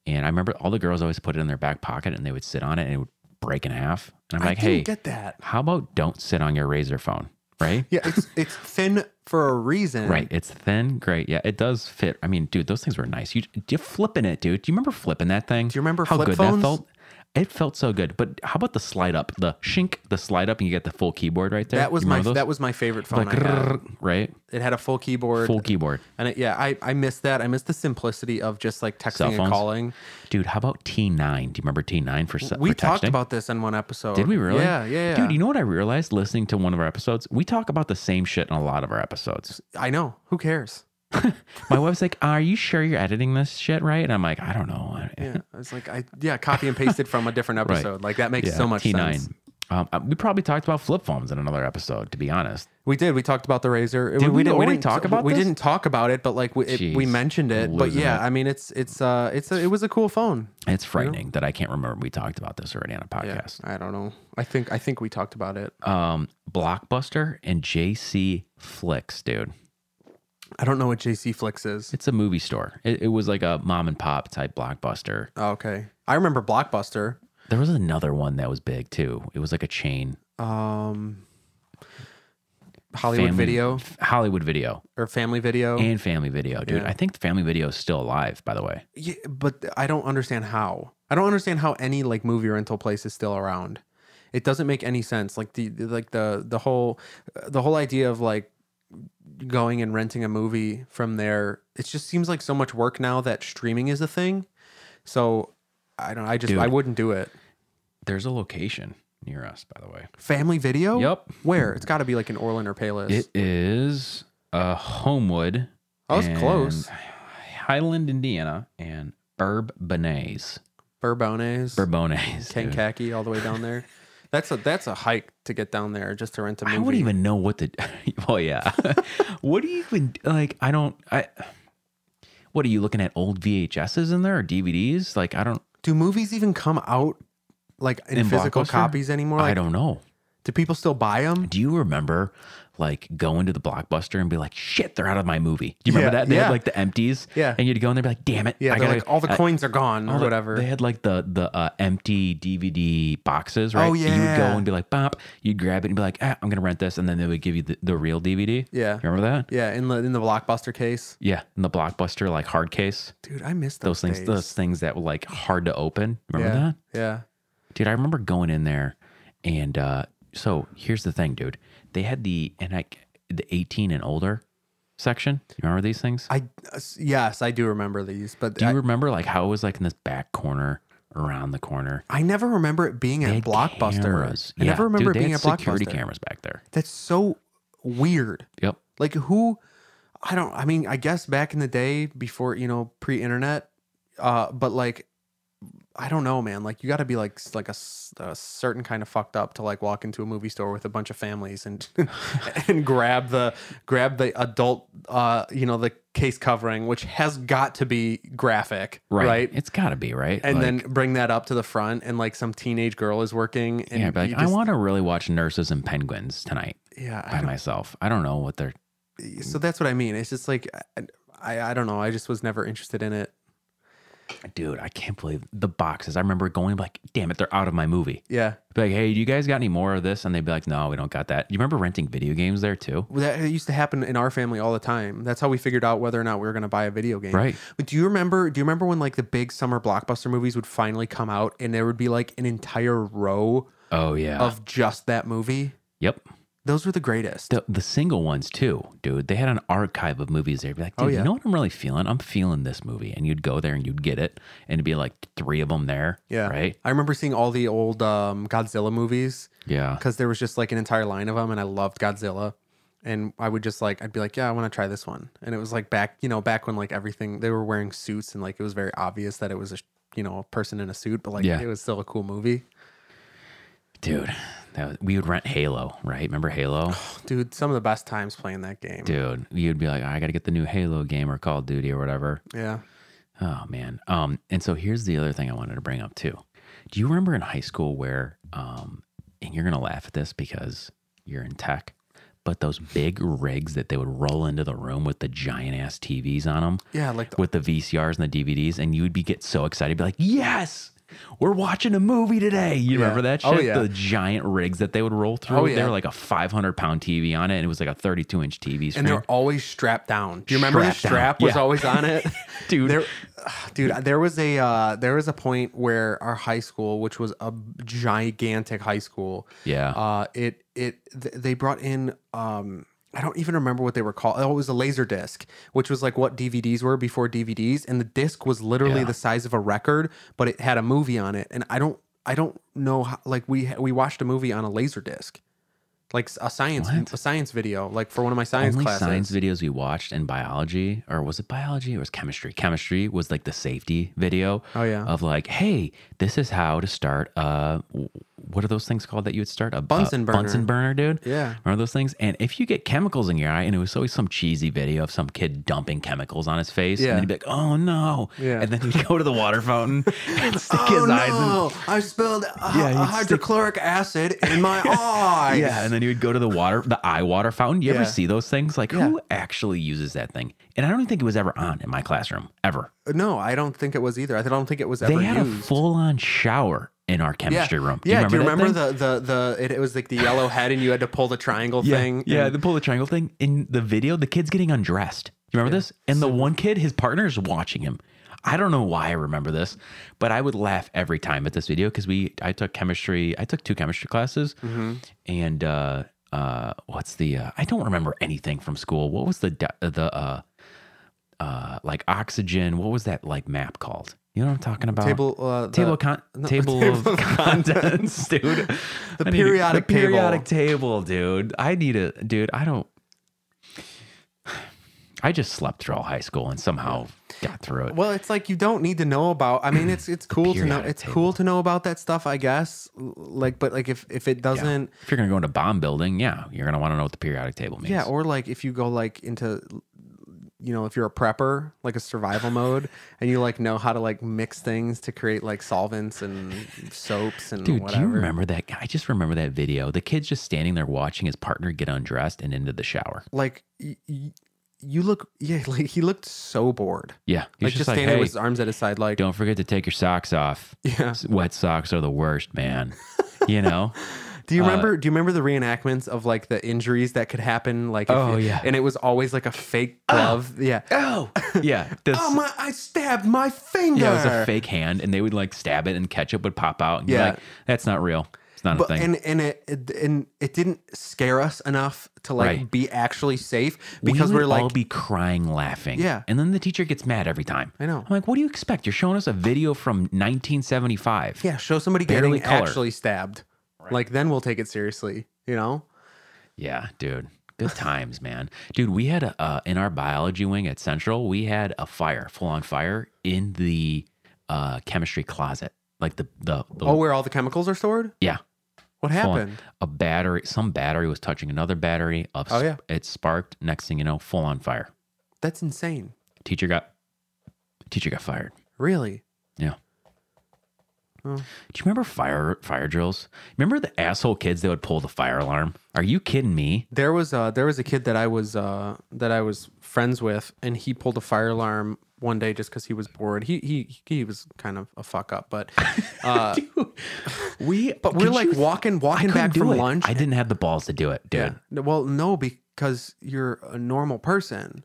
S2: And I remember all the girls always put it in their back pocket and they would sit on it and it would break in half. And I'm
S4: I
S2: like,
S4: didn't
S2: hey,
S4: get that.
S2: how about don't sit on your razor phone? Right?
S4: Yeah, it's it's thin for a reason.
S2: Right. It's thin. Great. Yeah. It does fit. I mean, dude, those things were nice. You you flipping it, dude. Do you remember flipping that thing?
S4: Do you remember
S2: how
S4: flip
S2: good that
S4: phones?
S2: felt? It felt so good. But how about the slide up? The shink, the slide up, and you get the full keyboard right there.
S4: That was
S2: You
S4: my
S2: remember those?
S4: that was my favorite phone.
S2: like
S4: I had.
S2: grrr, right?
S4: It had a full keyboard.
S2: Full keyboard.
S4: And it, yeah, I I miss that. I miss the simplicity of just like
S2: Cell
S4: texting and
S2: phones.
S4: calling.
S2: Dude, how about T9? Do you remember T9 for, se-
S4: We
S2: for
S4: talked
S2: texting?
S4: about this in one episode.
S2: Did we really?
S4: Yeah, yeah, yeah.
S2: Dude, you know what I realized listening to one of our episodes? We talk about the same shit in a lot of our episodes.
S4: I know. Who cares?
S2: My wife's like, "Are you sure you're editing this shit right?" And I'm like, "I don't know."
S4: Yeah, it's like I yeah, copy and pasted from a different episode. Like that makes
S2: Yeah,
S4: so much sense.
S2: Um, uh, we probably talked about flip phones in another episode, to be honest.
S4: We did. We talked about the razor. Did
S2: we already talk about
S4: We
S2: this?
S4: didn't talk about it, but like we, it, we
S2: Jeez,
S4: mentioned it.
S2: I'm
S4: But
S2: losing
S4: yeah,
S2: it.
S4: I mean, it's it's uh it's a, it was a cool phone.
S2: It's frightening that I can't remember we talked about this already on a podcast.
S4: I don't know. I think I think we talked about it.
S2: Um, Blockbuster and JC Flicks, dude.
S4: I don't know what JC Flicks is.
S2: It's a movie store. It, it was like a mom and pop type Blockbuster.
S4: Oh, okay, I remember Blockbuster.
S2: There was another one that was big too. It was like a chain.
S4: Um, Hollywood
S2: Family-
S4: Video
S2: F- Hollywood Video,
S4: or Family Video.
S2: and Family Video, dude.
S4: Yeah.
S2: I think Family Video is still alive, by the way.
S4: Yeah, but I don't understand how. I don't understand how any like movie rental place is still around. It doesn't make any sense. Like the like the the whole uh, the whole idea of like going and renting a movie from there. It just seems like so much work now that streaming is a thing. So I don't. I just I
S2: Dude.
S4: wouldn't do it.
S2: There's a location near us, by the way.
S4: Family Video.
S2: Oh. Yep.
S4: Where it's got to be like in Orland or Palos.
S2: It is uh, Homewood.
S4: I was
S2: and
S4: close.
S2: Highland, Indiana, and Bourbonnais.
S4: Barbones.
S2: Bourbonnais. dude.
S4: Kankakee all the way down there. That's a that's a hike to get down there just to rent a movie.
S2: I wouldn't even know what to. well, yeah. what do you even like? I don't. I. What are you looking at? Old VHSs in there or DVDs? Like I don't.
S4: do movies even come out like in,
S2: In
S4: physical
S2: Blockbuster?
S4: copies anymore? Like,
S2: I don't know.
S4: Do people still buy them?
S2: Do you remember like going to the blockbuster and be like, shit, they're out of my movie? Do you remember
S4: Yeah,
S2: that? They
S4: yeah.
S2: had like the empties.
S4: Yeah.
S2: And you'd go in there and be like, damn it.
S4: Yeah,
S2: I
S4: they're
S2: gotta-
S4: like all the
S2: I-
S4: coins are gone
S2: all
S4: or
S2: the-
S4: whatever.
S2: They had like the the uh, empty DVD boxes, right?
S4: Oh,
S2: You would go
S4: yeah.
S2: and be like, bop, you'd grab it and be like, ah, I'm gonna rent this, and then they would give you the, the real DVD.
S4: Yeah.
S2: You remember that?
S4: yeah, in the in the blockbuster case,
S2: Yeah. And the blockbuster like hard case.
S4: dude, I miss
S2: Those
S4: those,
S2: things,
S4: days.
S2: those things that were like hard to open. Remember
S4: yeah,
S2: that?
S4: yeah.
S2: Dude, I remember going in there and uh so here's the thing, dude. They had the and I the 18 and older section. You remember these things?
S4: I yes, I do remember these, but
S2: Do you
S4: I,
S2: remember like how it was like in this back corner around the corner?
S4: I never remember it being
S2: They
S4: at
S2: had
S4: Blockbuster.
S2: cameras.
S4: I
S2: Yeah,
S4: never remember
S2: dude,
S4: it
S2: they
S4: being
S2: had
S4: at
S2: security
S4: Blockbuster.
S2: cameras back there.
S4: That's so weird.
S2: Yep.
S4: Like who I don't I mean, I guess back in the day before, you know, pre-internet, uh but like I don't know, man. Like you got to be like s- like a, s- a certain kind of fucked up to like walk into a movie store with a bunch of families and and grab the grab the adult uh you know, the case covering which has got to be graphic, right?
S2: It's got to be right.
S4: And
S2: Like,
S4: then bring that up to the front and like some teenage girl is working and
S2: yeah, be like
S4: you
S2: I
S4: just-
S2: want to really watch Nurses and Penguins tonight
S4: yeah, I
S2: by myself. I don't know what they're.
S4: so that's what I mean. It's just like I, I, I don't know. I just was never interested in it.
S2: Dude, I can't believe the boxes. I remember going like, damn it, they're out of my movie.
S4: Yeah,
S2: Be like, hey, do you guys got any more of this? And they'd be like, no, we don't got that. You remember renting video games there too?
S4: Well, that it used to happen in our family all the time. That's how we figured out whether or not we were going to buy a video game.
S2: Right.
S4: But do you remember? Do you remember when like the big summer blockbuster movies would finally come out, and there would be like an entire row
S2: Oh yeah.
S4: of just that movie?
S2: yep.
S4: Those were the greatest.
S2: The the single ones too, dude. They had an archive of movies there. You'd Be like, dude,
S4: Oh, yeah.
S2: you know what I'm really feeling? I'm feeling this movie, and you'd go there and you'd get it, and it'd be like three of them there.
S4: yeah.
S2: Right.
S4: I remember seeing all the old um, Godzilla movies.
S2: Yeah.
S4: because there was just like an entire line of them, and I loved Godzilla. And I would just like, I'd be like, yeah, I want to try this one. And it was like back, you know, back when like everything they were wearing suits, and like it was very obvious that it was a, you know, a person in a suit, but like
S2: Yeah.
S4: it was still a cool movie,
S2: Dude, that was, we would rent Halo, right? Remember Halo?
S4: dude. Some of the best times playing that game.
S2: Dude, you'd be like, I got to get the new Halo game or Call of Duty or whatever.
S4: Yeah,
S2: Oh man. Um, and so here's the other thing I wanted to bring up too. Do you remember in high school where, um, and you're gonna laugh at this because you're in tech, But those big rigs that they would roll into the room with the giant ass TVs on them,
S4: Yeah, like the-
S2: with the VCRs and the DVDs, and you would be get so excited, be like, "Yes, we're watching a movie today." You remember that shit?
S4: Oh, yeah.
S2: The giant rigs that they would roll through.
S4: Oh,
S2: They
S4: yeah.
S2: were like a 500 pound TV on it, and it was like a 32 inch TV screen.
S4: and they're always strapped down. Do you remember the
S2: Strapped down.
S4: strap was
S2: Yeah.
S4: always on it?
S2: Dude.
S4: There, ugh, dude, there was a uh, there was a point where our high school, which was a gigantic high school,
S2: yeah.
S4: uh, it it th- they brought in um, I don't even remember what they were called. Oh, it was a laser disc, which was like what DVDs were before DVDs, and the disc was literally
S2: Yeah.
S4: the size of a record, but it had a movie on it. And I don't I don't know how, like we we watched a movie on a laser disc. Like s- a science,
S2: What?
S4: a science video, like for one of my science
S2: only
S4: classes.
S2: science videos we watched in biology, or was it biology? Or was chemistry? Chemistry was like the safety video.
S4: Oh, yeah.
S2: Of like, hey, this is how to start. Uh, w- what are those things called that you would start a
S4: Bunsen
S2: a
S4: burner.
S2: Bunsen burner, dude.
S4: Yeah.
S2: Remember those things? And if you get chemicals in your eye, and it was always some cheesy video of some kid dumping chemicals on his face,
S4: Yeah.
S2: and then he'd be like, oh no.
S4: Yeah. Oh,
S2: And then he'd go to the water fountain and stick his eyes in
S4: I spilled a,
S2: Yeah,
S4: a
S2: you'd stick-
S4: hydrochloric acid in my eye.
S2: Yeah, and then you would go to the water, the eye water fountain. You
S4: Yeah.
S2: ever see those things? Like, who actually uses that thing? And I don't even think it was ever on in my classroom ever.
S4: No, I don't think it was either. I don't think it was ever
S2: they had
S4: used.
S2: a full-on shower in our chemistry room.
S4: Yeah, do you
S2: that
S4: remember
S2: thing?
S4: the the the it, it was like the yellow head and you had to pull the triangle
S2: yeah,
S4: thing?
S2: Yeah,
S4: and-
S2: the pull the triangle thing in the video. The kid's getting undressed. Do you remember this? And the one kid, his partner is watching him. I don't know why I remember this, but I would laugh every time at this video because we I took chemistry. I took two chemistry classes,
S4: Mm-hmm.
S2: and uh, uh, what's the? Uh, I don't remember anything from school. What was the de- the uh, uh, like oxygen? What was that like map called? You know what I'm talking about?
S4: Table uh, the-
S2: table of con-
S4: no,
S2: table,
S4: table
S2: of
S4: of
S2: contents, dude.
S4: The
S2: I need to-
S4: periodic
S2: the
S4: table.
S2: periodic table, dude. I need a dude. I don't. I just slept through all high school and somehow got through it.
S4: Well, it's like you don't need to know about. I mean, it's it's cool to know.
S2: periodic
S4: It's
S2: table.
S4: cool to know about that stuff, I guess. L- Like, but like if if it doesn't,
S2: if you're gonna go into bomb building, yeah, you're gonna want to know what the periodic table means.
S4: yeah, or like if you go like into, you know, if you're a prepper, like a survival mode, and you like know how to like mix things to create like solvents and soaps and
S2: Dude,
S4: whatever.
S2: do you remember that? I just remember that video. The kid's just standing there watching his partner get undressed and into the shower.
S4: Like. Y- y- you look, yeah, like he looked so bored.
S2: Yeah, he's
S4: like just,
S2: just like,
S4: standing
S2: hey,
S4: with his arms at his side, like,
S2: don't forget to take your socks off.
S4: yeah.
S2: Wet socks are the worst, man. you know.
S4: Do you
S2: Uh,
S4: remember? Do you remember the reenactments of like the injuries that could happen? Like, if
S2: Oh,
S4: you-
S2: yeah.
S4: and it was always like a fake glove. yeah.
S2: Oh, yeah. This,
S4: Ah! my! I stabbed my finger.
S2: Yeah, it was a fake hand, and they would like stab it, and ketchup would pop out. And yeah,
S4: Yeah.
S2: like, that's not real. It's not
S4: But
S2: a thing.
S4: and and it, it and it didn't scare us enough to like
S2: Right.
S4: be actually safe because we
S2: we would
S4: are like,
S2: all be crying laughing.
S4: Yeah.
S2: and then the teacher gets mad every time.
S4: I know.
S2: I'm like, what do you expect? You're showing us a video from 1975.
S4: yeah, show somebody
S2: barely
S4: getting
S2: color.
S4: actually stabbed. Like then we'll take it seriously. You know?
S2: Yeah, dude. Good times, man. Dude, we had a uh, in our biology wing at Central, we had a fire, full on fire in the uh, chemistry closet, like the the, the
S4: Oh, where all the chemicals are stored?
S2: yeah.
S4: What
S2: full on-
S4: happened?
S2: A battery, some battery was touching another battery. Of,
S4: Oh, yeah.
S2: It sparked. Next thing you know, full on fire.
S4: That's insane.
S2: Teacher got, teacher got fired.
S4: Really?
S2: Yeah.
S4: Oh.
S2: Do you remember fire fire drills? Remember the asshole kids that would pull the fire alarm? Are you kidding me?
S4: There was uh there was a kid that I was uh that I was friends with and he pulled a fire alarm one day just because he was bored. He he he was kind of a fuck up, but uh
S2: We,
S4: but we're like walking walking back from lunch.
S2: I didn't have the balls to do it, dude.
S4: Yeah. No, Well, no, because you're a normal person.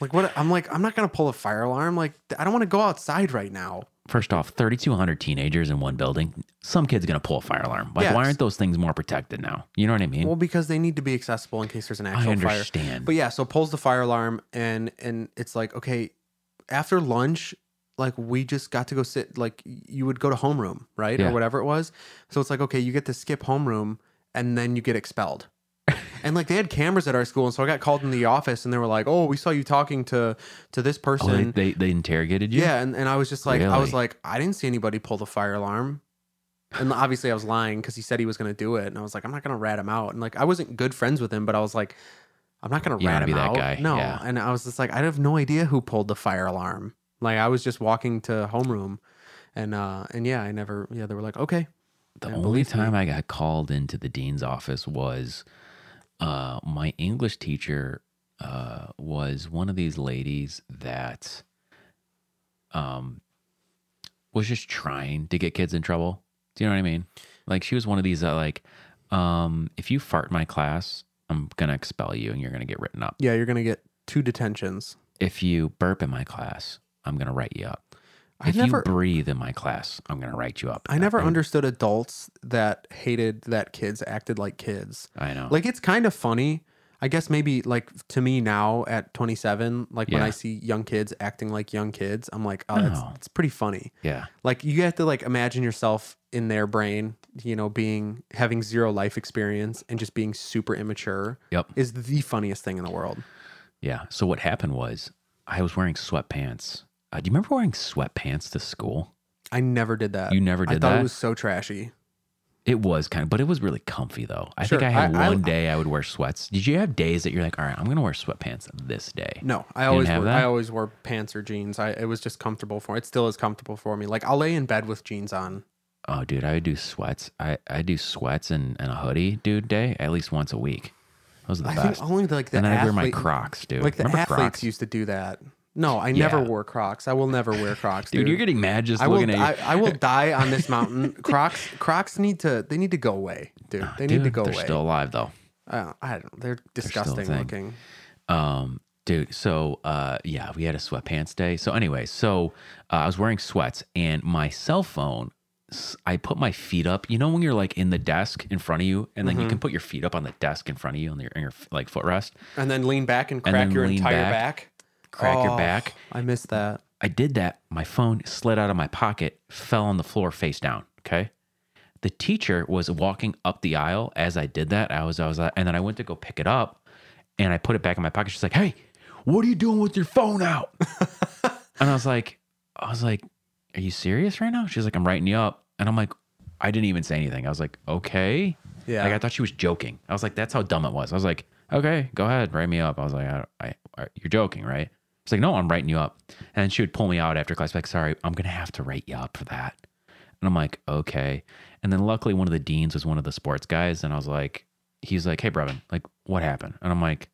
S4: like what I'm like, I'm not gonna pull a fire alarm. Like I don't wanna go outside right now.
S2: First off, 3,200 teenagers in one building. Some kid's gonna pull a fire alarm. Like,
S4: Yes.
S2: why aren't those things more protected now? You know what I mean?
S4: Well, because they need to be accessible in case there's an
S2: I
S4: actual fire.
S2: understand.
S4: But yeah, so pulls the fire alarm and and it's like, okay, after lunch, like we just got to go sit like you would go to homeroom, right?
S2: Yeah.
S4: Or whatever it was. So it's like, okay, you get to skip homeroom and then you get expelled. and like they had cameras at our school, and so I got called in the office and they were like, Oh, we saw you talking to to this person.
S2: oh, they, they they interrogated you.
S4: yeah, and, and I was just like I
S2: Really?
S4: was like, I didn't see anybody pull the fire alarm. And obviously I was lying because he said he was gonna do it. And I was like, I'm not gonna rat him out. And like I wasn't good friends with him, but I was like, I'm not gonna
S2: You don't
S4: rat
S2: wanna
S4: him
S2: be that
S4: out.
S2: guy,
S4: No.
S2: yeah.
S4: And I was just like, I have no idea who pulled the fire alarm. Like I was just walking to homeroom and uh and yeah, I never yeah, they were like, Okay.
S2: The
S4: Yeah,
S2: only
S4: believe me.
S2: time I got called into the dean's office was uh, my English teacher uh, was one of these ladies that um, was just trying to get kids in trouble. Do you know what I mean? Like she was one of these that like, um, if you fart in my class, I'm gonna expel you and you're gonna get written up.
S4: Yeah, you're gonna get two detentions.
S2: If you burp in my class, I'm gonna write you up.
S4: I
S2: If
S4: never-
S2: you breathe in my class, I'm gonna write you up.
S4: I never understood adults that hated that kids acted like kids.
S2: I know.
S4: Like it's kind of funny. I guess maybe like to me now at 27, like when
S2: Yeah.
S4: I see young kids acting like young kids, I'm like, oh,
S2: No.
S4: that's, it's pretty funny.
S2: yeah.
S4: Like you have to like imagine yourself in their brain, you know, being having zero life experience and just being super immature
S2: Yep.
S4: is the funniest thing in the world.
S2: Yeah. So what happened was I was wearing sweatpants. Uh, do you remember wearing sweatpants to school?
S4: I never did that.
S2: You never
S4: Uh, I
S2: did
S4: thought
S2: that?
S4: it was so trashy.
S2: It was kind of, but it was really comfy though. I
S4: Sure.
S2: think I had
S4: I- I-
S2: one day I would wear sweats. Did you have days that you're like, all right, I'm going to wear sweatpants this day?
S4: No, I
S2: You
S4: always
S2: didn't have
S4: wore,
S2: that?
S4: I always wore pants or jeans. I it was just comfortable for it. Still is comfortable for me. Like I'll lay in bed with jeans on.
S2: Oh, dude, I would do sweats. I, I do sweats and, and a hoodie, dude, day at least once a week. Those are the
S4: I
S2: best.
S4: think only like the
S2: and then I wear
S4: athlete,
S2: my Crocs, dude.
S4: like the
S2: Remember
S4: athletes
S2: Crocs?
S4: used to do that. No, I never
S2: Yeah.
S4: wore Crocs. I will never wear Crocs,
S2: dude,
S4: dude.
S2: you're getting mad just
S4: I will.
S2: looking at
S4: I,
S2: you.
S4: I will die on this mountain. Crocs. Crocs need to. They need to go away, dude. They need to
S2: Dude,
S4: go
S2: they're
S4: away.
S2: still alive though.
S4: Uh, I don't. They're
S2: still a
S4: disgusting
S2: thing.
S4: looking.
S2: Um, dude, so uh, yeah, we had a sweatpants day. So anyway, so uh, I was wearing sweats and my cell phone. s- I put my feet up. You know when you're like in the desk in front of you, and then you can put your feet up on the desk in front of you and your, and your like footrest,
S4: And then lean back and
S2: And
S4: crack
S2: then
S4: your
S2: lean
S4: entire
S2: back.
S4: back.
S2: crack your
S4: Oh,
S2: back.
S4: I missed that.
S2: I did that. My phone slid out of my pocket, fell on the floor face down. Okay. The teacher was walking up the aisle as I did that. I was, I was, uh, and then I went to go pick it up and I put it back in my pocket. She's like, Hey, what are you doing with your phone out? and I was like, I was like, Are you serious right now? She's like, I'm writing you up. And I'm like, I didn't even say anything. I was like, Okay.
S4: Yeah.
S2: Like I thought she was joking. I was like, that's how dumb it was. I was like, okay, go ahead, write me up. I was like, I, I, I- you're joking, right? She's like, no, I'm writing you up. And she would pull me out after class, like, sorry, I'm gonna have to write you up for that. And I'm like, okay. And then luckily, one of the deans was one of the sports guys, and I was like, he's like, hey, Brevin, like, what happened? And I'm like,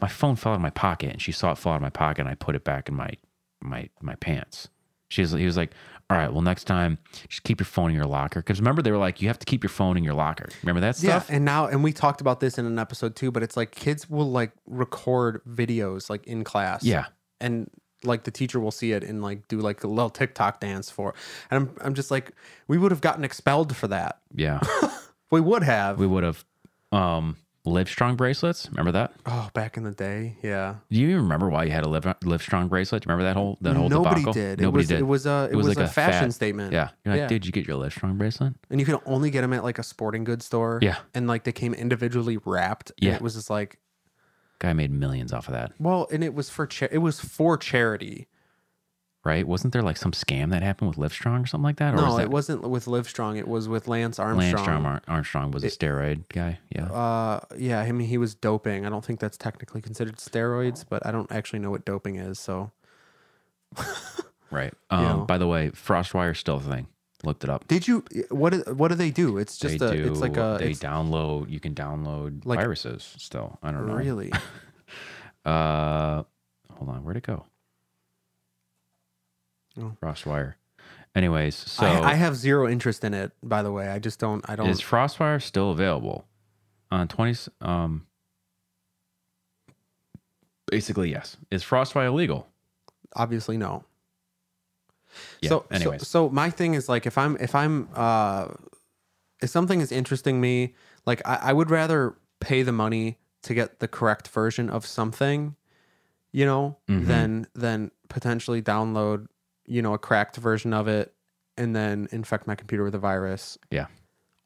S2: my phone fell out of my pocket, and she saw it fall out of my pocket, and I put it back in my my my pants. She's he was like, all right, well, next time, just keep your phone in your locker. Because remember, they were like, you have to keep your phone in your locker. Remember that
S4: Yeah,
S2: stuff?
S4: and now and we talked about this in an episode too, but it's like kids will like record videos like in class.
S2: Yeah.
S4: And like the teacher will see it and like do like a little TikTok dance for. And I'm I'm just like we would have gotten expelled for that.
S2: Yeah.
S4: We would have.
S2: we would have um Livestrong bracelets. Remember that?
S4: oh, back in the day. Yeah.
S2: Do you even remember why you had a Liv- Livestrong bracelet? Do you Remember that whole that whole
S4: Nobody
S2: debacle?
S4: did.
S2: Nobody
S4: it was
S2: did.
S4: it was a it, was, a, fashion
S2: fad.
S4: statement.
S2: Yeah. You're like,
S4: Yeah.
S2: dude, you get your Livestrong bracelet?
S4: And you could only get them at like a sporting goods store.
S2: Yeah.
S4: And like they came individually wrapped.
S2: Yeah.
S4: And it was just like
S2: Guy made millions off of that,
S4: well, and it was for cha- it was for charity.
S2: right? Wasn't there like some scam that happened with Livestrong or something like that? Or
S4: No,
S2: was that
S4: it wasn't with Livestrong. It was with Lance
S2: Lance
S4: Armstrong.
S2: Armstrong, Ar- Armstrong was a steroid guy. Yeah.
S4: Uh, yeah, I mean, he was doping. I don't think that's technically considered steroids, but I don't actually know what doping is. So,
S2: right. Um,
S4: yeah.
S2: By the way, Frostwire is still a thing. Looked it up.
S4: did you? What? do- What do they do? It's just
S2: they
S4: a.
S2: do.
S4: It's like a.
S2: they
S4: it's
S2: download. You can download
S4: Like-
S2: viruses still. I don't know.
S4: really.
S2: Uh, hold on, where'd it go?
S4: Oh.
S2: Frostwire. Anyways, so
S4: I, I have zero interest in it. By the way, I just don't. I don't.
S2: is Frostwire still available on twenty? Um, basically, yes. Is Frostwire legal?
S4: obviously no.
S2: Yeah.
S4: so
S2: anyways,
S4: so, so my thing is like if I'm if I'm uh if something is interesting me, like I, I would rather pay the money to get the correct version of something, you know,
S2: Mhm.
S4: than than potentially download, you know, a cracked version of it and then infect my computer with a virus.
S2: Yeah.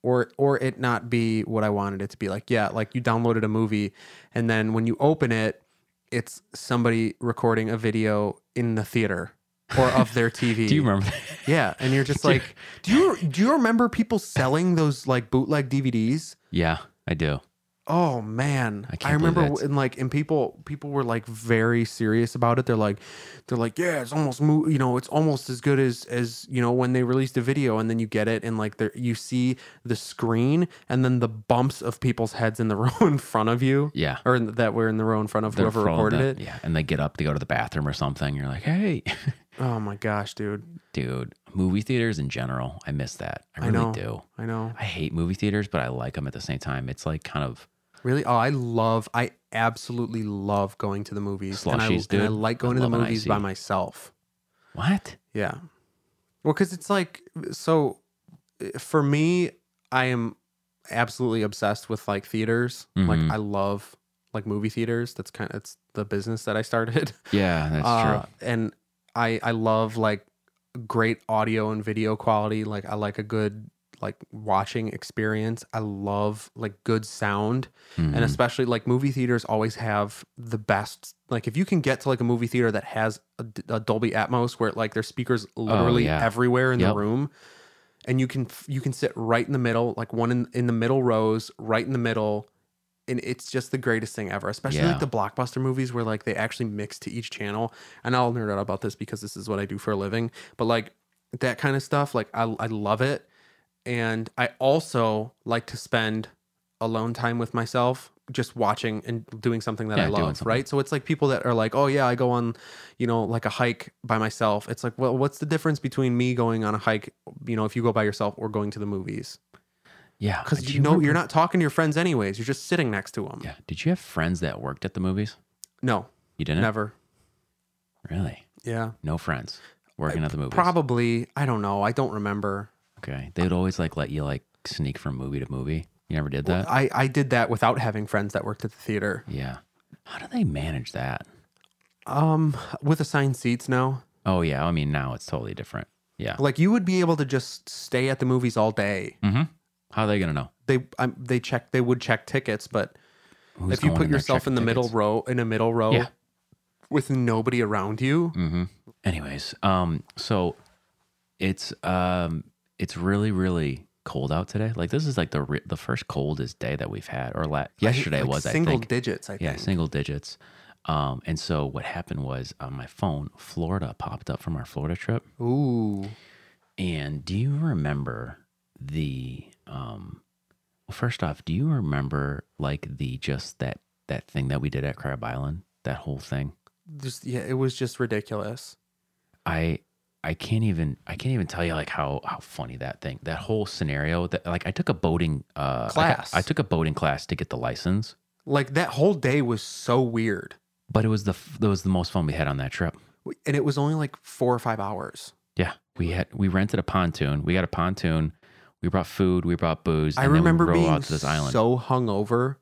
S4: Or or it not be what I wanted it to be. Like, yeah, like you downloaded a movie and then when you open it, it's somebody recording a video in the theater or of their TV.
S2: do you remember?
S4: Yeah, and you're just like, do you do you remember people selling those like bootleg DVDs?
S2: yeah, I do.
S4: oh man, I,
S2: can't believe
S4: remember
S2: that's-
S4: when like and people people were like very serious about it. They're like they're like yeah, it's almost mo- you know it's almost as good as as you know when they released a video and then you get it and like there you see the screen and then the bumps of people's heads in the row in front of you.
S2: Yeah.
S4: or in, that were in the row in front of
S2: They're
S4: whoever
S2: full of
S4: recorded
S2: the-
S4: it.
S2: Yeah, and they get up to go to the bathroom or something. You're like, hey,
S4: Oh my gosh, dude,
S2: dude, movie theaters in general, I miss that.
S4: I
S2: I really
S4: know.
S2: do.
S4: I know.
S2: I hate movie theaters, but I like them at the same time. It's like kind of
S4: Really? Oh, I love, I absolutely love going to the movies. and, I,
S2: Slushies,
S4: and I
S2: dude.
S4: like going to
S2: I
S4: the
S2: love an
S4: movies by
S2: icy.
S4: myself.
S2: what?
S4: Yeah. Well, because it's like, so uh, for me, I am absolutely obsessed with like theaters.
S2: Mhm.
S4: Like, I love like movie theaters. That's kind of, it's the business that I started.
S2: Yeah, that's
S4: Uh, And I, I love like great audio and video quality. Like, I like a good, like watching experience. I love like good sound
S2: true. Mhm.
S4: and especially like movie theaters always have the best like if you can get to like a movie theater that has a, d- a dolby atmos where like there's speakers literally
S2: Oh, yeah.
S4: everywhere in
S2: Yep.
S4: the room and you can f- you can sit right in the middle like one in, in the middle rows right in the middle and it's just the greatest thing ever especially
S2: Yeah.
S4: like the blockbuster movies where like they actually mix to each channel and i'll nerd out about this because this is what i do for a living but like that kind of stuff like i, I love it and i also like to spend alone time with myself just watching and doing something that
S2: Yeah,
S4: i
S2: doing
S4: love
S2: something.
S4: right so it's like people that are like oh yeah i go on you know like a hike by myself it's like well what's the difference between me going on a hike you know if you go by yourself or going to the movies
S2: yeah,
S4: because
S2: do
S4: you know you're
S2: remember-
S4: not talking to your friends anyways you're just sitting next to them
S2: Yeah, did you have friends that worked at the movies?
S4: no
S2: You didn't
S4: never
S2: really.
S4: yeah
S2: No friends working at the movies.
S4: probably i don't know i don't remember
S2: Okay, they'd always like let you like sneak from movie to movie. You never did that.
S4: i i did that without having friends that worked at the theater
S2: yeah. How do they manage that?
S4: um with assigned seats now
S2: Oh yeah, I mean now it's totally different. Yeah.
S4: like you would be able to just stay at the movies all day
S2: Mm-hmm. How are they gonna know?
S4: they um, they check they would check tickets, but
S2: Who's
S4: if you
S2: going
S4: put
S2: there
S4: yourself in
S2: checking
S4: the middle
S2: tickets?
S4: row in a middle row
S2: Yeah.
S4: with nobody around you,
S2: Mm-hmm. Anyways, um, so it's um, it's really really cold out today. Like this is like the re- the first coldest day that we've had, or la- yesterday
S4: like
S2: was
S4: single
S2: I think.
S4: digits. I
S2: yeah,
S4: think.
S2: single digits. Um, and so what happened was on my phone, Florida popped up from our Florida trip.
S4: Ooh,
S2: And do you remember the um well first off, do you remember like the just that that thing that we did at Crab Island? That whole thing?
S4: just yeah, it was just ridiculous.
S2: I I can't even I can't even tell you like how how funny that thing that whole scenario that like I took a boating uh I got-
S4: Class.
S2: I, took a boating class to get the license,
S4: Like that whole day was so weird,
S2: but it was the f- that was the most fun we had on that trip.
S4: We- and it was only like four or five hours.
S2: Yeah, we had we rented a pontoon. We got a pontoon. We brought food. We brought booze.
S4: I
S2: and then we
S4: remember
S2: rolled
S4: being
S2: out to this island.
S4: so hungover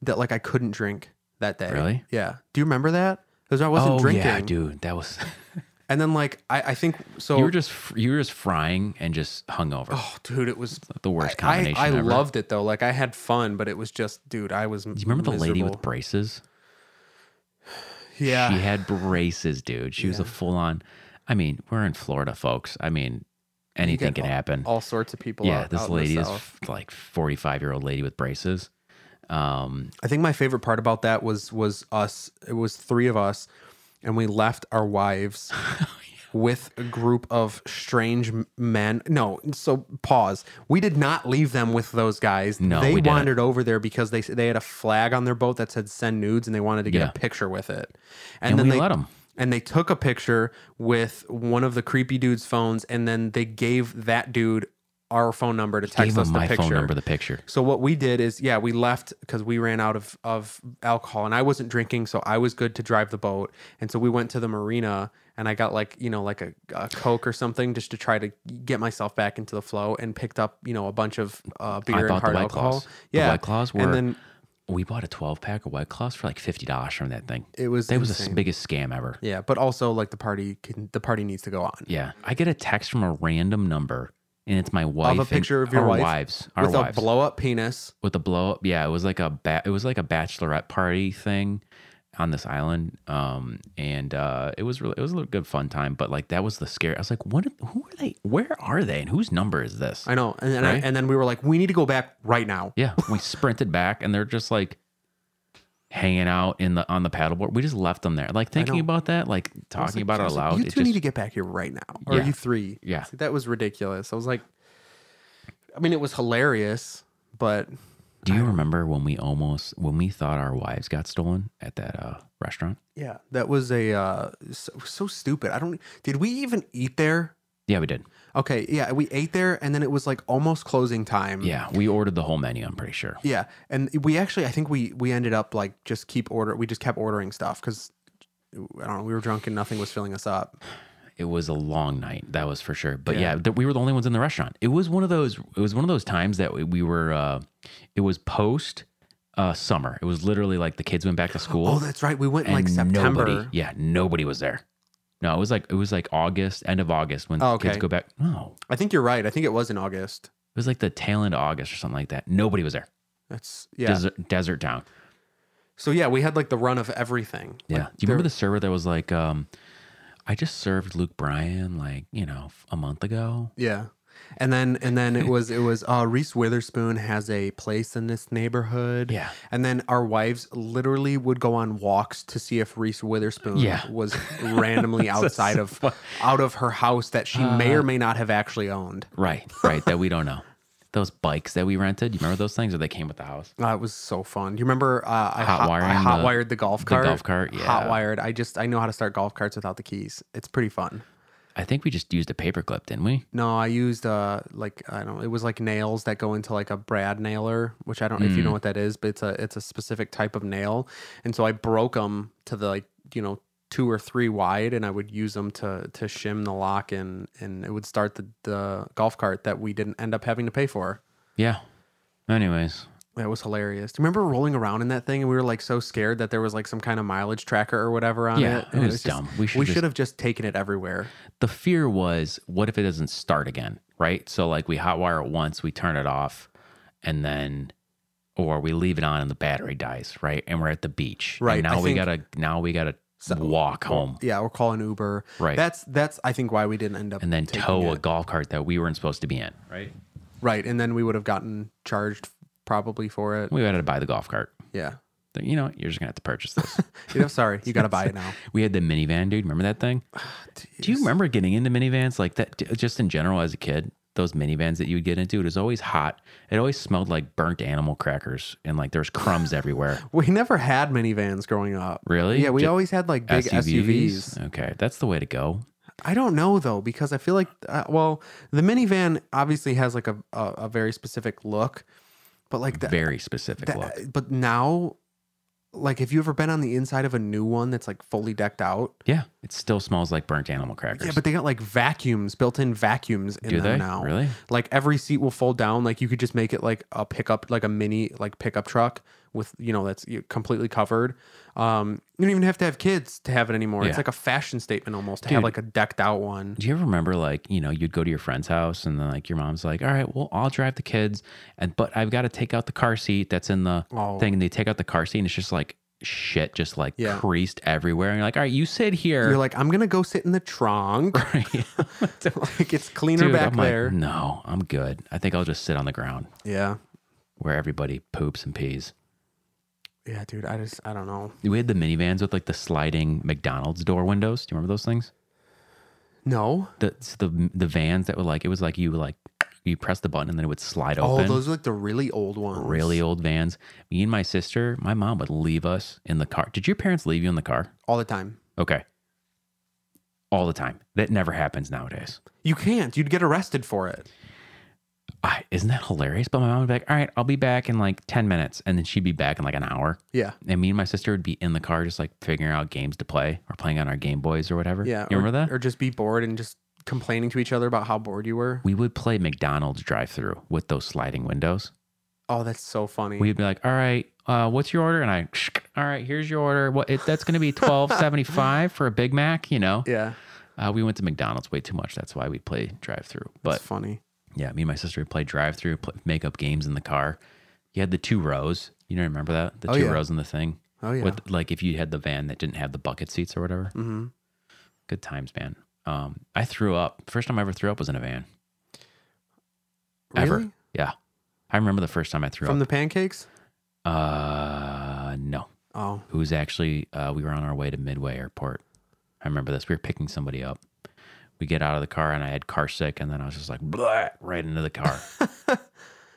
S4: that like I couldn't drink that day.
S2: Really?
S4: Yeah. Do you remember that? Because I wasn't
S2: oh
S4: drinking.
S2: yeah, dude, that was
S4: And then like I, I think so.
S2: you were just fr- you were just frying and just hungover.
S4: oh, dude, it was
S2: the worst
S4: I-
S2: combination.
S4: I, I
S2: ever.
S4: loved it though. Like I had fun, but it was just, dude, I was.
S2: Do you remember the lady
S4: miserable.
S2: with braces?
S4: Yeah,
S2: She had braces, dude. She was a full on. I mean, we're in Florida, folks. I mean, anything can
S4: all-
S2: happen.
S4: all sorts of people.
S2: yeah,
S4: out-
S2: this
S4: out in the
S2: lady is
S4: South.
S2: f- like forty five year old lady with braces. Um,
S4: I think my favorite part about that was was us. It was three of us, and we left our wives.
S2: Oh,
S4: With a group of strange m- men. No, so pause. We did not leave them with those guys.
S2: No,
S4: they
S2: we didn't.
S4: wandered over there because they they had a flag on their boat that said "send nudes" and they wanted to get
S2: Yeah.
S4: a picture with it.
S2: and,
S4: then
S2: we
S4: they
S2: let them.
S4: and they took a picture with one of the creepy dude's phones and then they gave that dude our phone number to text
S2: Gave
S4: us
S2: them
S4: the
S2: my
S4: picture.
S2: phone number. The picture.
S4: so what we did is yeah, we left cuz we ran out of of alcohol and I wasn't drinking so I was good to drive the boat. And so we went to the marina and I got like, you know, like a, a coke or something just to try to get myself back into the flow and picked up, you know, a bunch of uh, beer
S2: I
S4: and
S2: bought the
S4: hard
S2: white
S4: alcohol.
S2: claws.
S4: Yeah.
S2: the white claws were.
S4: and then
S2: we bought a twelve pack of white claws for like fifty dollars from that thing.
S4: it was
S2: That was the
S4: insane.
S2: biggest scam ever.
S4: Yeah, but also like the party can the party needs to go on.
S2: Yeah, I get a text from a random number, and it's my wife. and
S4: picture of your
S2: our
S4: wife
S2: wives, our
S4: with
S2: wives,
S4: a blow up penis.
S2: with a blow up. Yeah, it was like a ba- it was like a bachelorette party thing. on this island, um, and uh, it was really it was a little good fun time. But like that was the scare. I was like, what? Who are they? Where are they? And whose number is this?
S4: I know. And then,
S2: Right?
S4: I, and then we were like, we need to go back right now.
S2: Yeah, we sprinted back, and they're just like hanging out in the on the paddleboard. We just left them there. Like thinking
S4: know.
S2: about that, like
S4: I was
S2: talking
S4: like,
S2: about
S4: I
S2: it
S4: was
S2: aloud.
S4: like, You
S2: it
S4: two
S2: just,
S4: need to get back here right now. Or
S2: Yeah.
S4: you three.
S2: Yeah.
S4: See, that was ridiculous. I was like, I mean, it was hilarious, but
S2: do you remember when we almost when we thought our wives got stolen at that uh, restaurant?
S4: yeah, that was a uh, so, so stupid. I don't. Did we even eat there?
S2: Yeah, we did.
S4: Okay, yeah, we ate there, and then it was like almost closing time.
S2: Mm. Yeah, we ordered the whole menu. I'm pretty sure.
S4: Yeah, and we actually, I think we we ended up like just keep order. We just kept ordering stuff because I don't know. We were drunk and nothing was filling us up.
S2: It was a long night, that was for sure. But yeah,
S4: Yeah.
S2: th- we were the only ones in the restaurant. It was one of those. It was one of those times that we, we were. Uh, it was post uh, summer. It was literally like the kids went back to school.
S4: Oh, that's right. We went in like
S2: and
S4: September.
S2: Nobody, yeah, nobody was there. No, it was like it was like August, end of August when
S4: Oh,
S2: kids
S4: okay.
S2: go back. No,
S4: I think you're right. I think it was in August.
S2: it was like the tail end of August or something like that. Nobody was there.
S4: That's yeah.
S2: Desert, desert town.
S4: So yeah, we had like the run of everything.
S2: Yeah.
S4: Like,
S2: Do you remember the
S4: there-
S2: server that was like, um, I just served Luke Bryan like you know f- a month ago.
S4: Yeah. And then and then it was it was uh Reese Witherspoon has a place in this neighborhood.
S2: Yeah.
S4: And then our wives literally would go on walks to see if Reese Witherspoon
S2: Yeah.
S4: was randomly outside of out of her house that she may
S2: Uh-huh.
S4: or may not have actually owned.
S2: Right, right. that we don't know. Those bikes that we rented. You remember those things, or they came with the house?
S4: Uh, it was so fun. Do you remember uh, I hot, I
S2: Hotwiring
S4: hot
S2: the-
S4: wired the golf cart?
S2: golf cart, yeah.
S4: Hot wired. I just I know how to start golf carts without the keys. It's pretty fun.
S2: I think we just used a paperclip, didn't we?
S4: No, I used uh like I don't know, it was like nails that go into like a brad nailer, which I don't know if you
S2: Mm.
S4: know what that is, but it's a it's a specific type of nail. And so I broke them to the like, you know, two or three wide and I would use them to to shim the lock and and it would start the, the golf cart that we didn't end up having to pay for.
S2: Yeah. Anyways,
S4: That was hilarious. Do you remember rolling around in that thing and we were like so scared that there was like some kind of mileage tracker or whatever on
S2: Yeah,
S4: it? And
S2: it was
S4: just-
S2: dumb. We should
S4: we
S2: just-
S4: should have just taken it everywhere.
S2: the fear was, what if it doesn't start again? Right. So like we hotwire it once, we turn it off, and then, or we leave it on and the battery dies. Right. And we're at the beach. And
S4: Right, I
S2: now we
S4: think-
S2: gotta now we gotta
S4: So-
S2: walk home
S4: Yeah, or call an Uber.
S2: Right.
S4: That's that's I think why we didn't end up
S2: and then
S4: taking
S2: tow a
S4: it.
S2: golf cart that we weren't supposed to be in. Right.
S4: right, and then we would have gotten charged probably for it.
S2: We had to buy the golf cart.
S4: Yeah.
S2: You know, you're just gonna have to purchase this.
S4: You know, sorry, you gotta buy it now.
S2: We had the minivan, dude. Remember that thing?
S4: Ah,
S2: Do you remember getting into minivans like that? Just in general, as a kid, those minivans that you would get into, it was always hot. It always smelled like burnt animal crackers and like there's crumbs everywhere.
S4: We never had minivans growing up.
S2: Really?
S4: Yeah, we
S2: Ju-
S4: always had like big SUVs.
S2: Okay, that's the way to go.
S4: I don't know though because I feel like uh, well, the minivan obviously has like a a, a very specific look, but like the,
S2: Very specific
S4: the-
S2: look.
S4: but now like have you ever been on the inside of a new one that's like fully decked out?
S2: Yeah, it still smells like burnt animal crackers.
S4: Yeah, but they got like vacuums, built-in vacuums in
S2: do
S4: them
S2: they
S4: now.
S2: really?
S4: Like every seat will fold down. Like you could just make it like a pickup, like a mini, like pickup truck with you know that's you- completely covered. Um, you don't even have to have kids to have it anymore.
S2: Yeah.
S4: It's like a fashion statement almost to have
S2: Dude.
S4: like a decked out one.
S2: Do you ever remember like, you know, you'd go to your friend's house and then like your mom's like, All right, well, I'll drive the kids and but I've got to take out the car seat that's in the
S4: Oh.
S2: thing and they take out the car seat and it's just like shit just like
S4: Yeah.
S2: creased everywhere. And you're like, All right, you sit here.
S4: You're like, I'm gonna go sit in the trunk. like it's cleaner
S2: Dude,
S4: back
S2: I'm like,
S4: there.
S2: no, I'm good. I think I'll just sit on the ground
S4: yeah,
S2: where everybody poops and pees.
S4: yeah, dude. I just I don't know.
S2: We had the minivans with like the sliding McDonald's door windows. Do you remember those things?
S4: No.
S2: The the the vans that were like it was like you like you press the button and then it would slide
S4: Oh,
S2: open.
S4: those are like the really old ones.
S2: really old vans. Me and my sister, my mom would leave us in the car. Did your parents leave you in the car?
S4: all the time.
S2: Okay. All the time. That never happens nowadays.
S4: You can't. You'd get arrested for it.
S2: I, isn't that hilarious? But my mom would be like, all right, I'll be back in like 10 minutes. And then she'd be back in like an hour.
S4: Yeah.
S2: And me and my sister would be in the car just like figuring out games to play or playing on our Game Boys or whatever.
S4: Yeah.
S2: You
S4: or,
S2: remember that?
S4: Or just be bored and just complaining to each other about how bored you were.
S2: we would play McDonald's drive through with those sliding windows.
S4: Oh, that's so funny.
S2: We'd be like, all right, uh, what's your order? And I, all right, here's your order. What it, That's going to be twelve seventy five for a Big Mac, you know?
S4: yeah.
S2: Uh, we went to McDonald's way too much. That's why we play drive through. But
S4: That's funny.
S2: yeah, me and my sister would play drive through, play, make up games in the car. You had the two rows. You don't remember that? The
S4: Oh,
S2: two
S4: yeah.
S2: rows in the thing.
S4: Oh yeah.
S2: with like if you had the van that didn't have the bucket seats or whatever. Mm-hmm. Good times, man. Um, I threw up. First time I ever threw up was in a van. Ever?
S4: Really?
S2: Yeah, I remember the first time I threw
S4: From
S2: up.
S4: the pancakes?
S2: uh, no,
S4: Oh.
S2: it was actually uh, we were on our way to Midway Airport. I remember this. We were picking somebody up. We get out of the car and I had car sick, and then I was just like, blah, right into the car.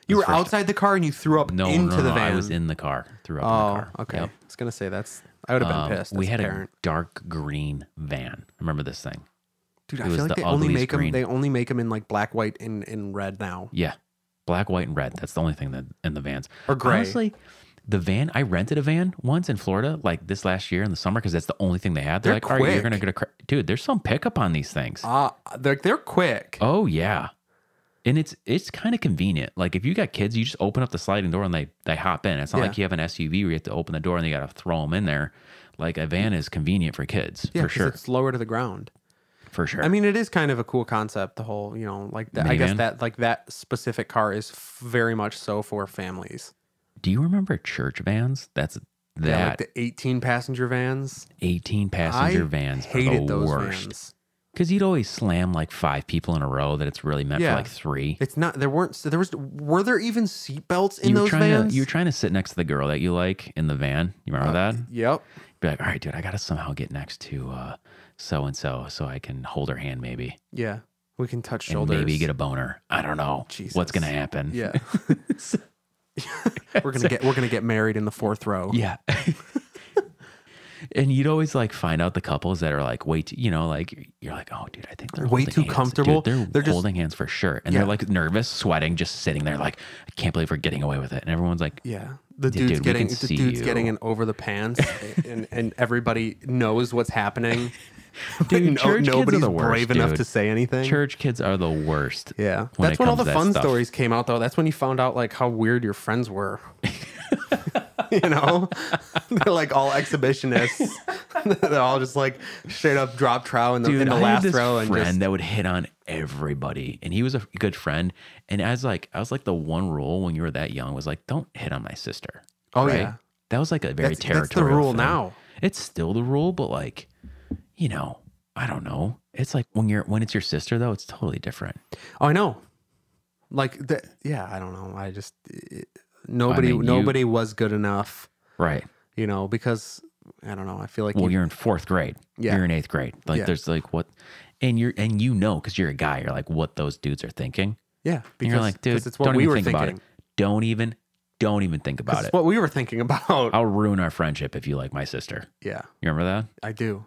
S4: You were
S2: first time.
S4: outside the car and you threw up
S2: No,
S4: into
S2: no,
S4: the
S2: no,
S4: van.
S2: I was in the car. Threw up in
S4: oh,
S2: the car.
S4: okay.
S2: Yep.
S4: I was gonna say that's I would have
S2: Um,
S4: been pissed.
S2: we
S4: as
S2: had
S4: a parent.
S2: a dark green van. I remember this thing.
S4: Dude, I
S2: it was
S4: feel like
S2: the
S4: they only
S2: ugliest
S4: make them.
S2: green.
S4: They only make them in like black, white, and, and red now.
S2: Yeah. Black, white, and red. That's the only thing that in the vans.
S4: Or gray.
S2: Honestly, the van, I rented a van once in Florida, like this last year in the summer, because that's the only thing they had. They're,
S4: They're
S2: like, all right, you're
S4: quick.
S2: going to get a, cra- dude, there's some pickup on these things.
S4: Ah, they're they're quick.
S2: oh, yeah. And it's it's kind of convenient. Like if you got kids, you just open up the sliding door and they they hop in. It's not
S4: Yeah.
S2: like you have an SUV where you have to open the door and you got to throw them in there. Like a van is convenient for kids,
S4: yeah,
S2: for
S4: 'cause
S2: sure,
S4: It's lower to the ground.
S2: for sure.
S4: I mean, it is kind of a cool concept. The whole, you know, like that, I guess
S2: Minivan?
S4: that like that specific car is f- very much so for families.
S2: Do you remember church vans? That's that
S4: Yeah, like the eighteen passenger vans.
S2: 18 passenger
S4: I
S2: vans are the
S4: hated those
S2: worst.
S4: vans.
S2: Because you'd always slam like five people in a row that it's really meant
S4: Yeah.
S2: for like three.
S4: It's not there weren't there was were there even seatbelts in
S2: you were
S4: those
S2: trying
S4: vans? Uh,
S2: to you were trying to sit next to the girl that you like in the van. You remember that?
S4: yep.
S2: Be like, all right, dude, I gotta somehow get next to uh so and so so I can hold her hand maybe
S4: Yeah. We can touch
S2: and
S4: shoulders.
S2: maybe get a boner. I don't know what's
S4: Jesus.
S2: gonna happen.
S4: Yeah. we're gonna get we're gonna get married in the fourth row.
S2: Yeah. and you'd always like find out the couples that are like way too, you know, like you're like, oh, dude, I think they're
S4: Way
S2: holding
S4: too
S2: hands." Dude,
S4: comfortable.
S2: they're
S4: They're just-
S2: holding hands for sure, and
S4: Yeah.
S2: they're like nervous, sweating, just sitting there, like I can't believe we're getting away with it. And everyone's like,
S4: Yeah. The
S2: Yeah,
S4: dude's
S2: dude, we
S4: getting
S2: can
S4: the
S2: see
S4: dude's
S2: you.
S4: getting an over the pants and, and everybody knows what's happening. But
S2: Dude, church kids are
S4: nobody's
S2: the worst,
S4: brave enough
S2: dude.
S4: to say anything.
S2: church kids are the worst.
S4: Yeah.
S2: when
S4: That's
S2: it
S4: when all
S2: comes
S4: the
S2: to that
S4: fun
S2: stuff.
S4: stories came out though. That's when you found out like how weird your friends were. you know? They're like all exhibitionists. They're all just like straight up drop trow in the,
S2: Dude,
S4: in the
S2: I
S4: last
S2: had this
S4: row and
S2: friend
S4: just
S2: that would hit on everybody, and he was a good friend. And as like, I was like the one rule when you were that young was like, don't hit on my sister.
S4: Oh, yeah.
S2: that was like a very
S4: That's- that's the
S2: territorial.
S4: rule
S2: thing.
S4: now.
S2: It's still the rule, but like, you know, I don't know. It's like when you're when it's your sister though, it's totally different.
S4: Oh, I know. Like the, yeah, I don't know. I just it, nobody
S2: mean, you-
S4: nobody was good enough,
S2: Right.
S4: you know, because I don't know. I feel like
S2: Well,
S4: you-
S2: you're in fourth grade.
S4: Yeah.
S2: You're in eighth grade. Like
S4: Yeah.
S2: there's like what, and you're and you know because you're a guy, you're like what those dudes are thinking.
S4: yeah,
S2: And
S4: because
S2: you're like, dude,
S4: because it's what
S2: don't
S4: we
S2: even
S4: were
S2: think
S4: thinking.
S2: about it. Don't even, don't even think about
S4: That's
S2: it.
S4: what we were thinking about.
S2: I'll ruin our friendship if you like my sister.
S4: yeah,
S2: You remember that?
S4: I do.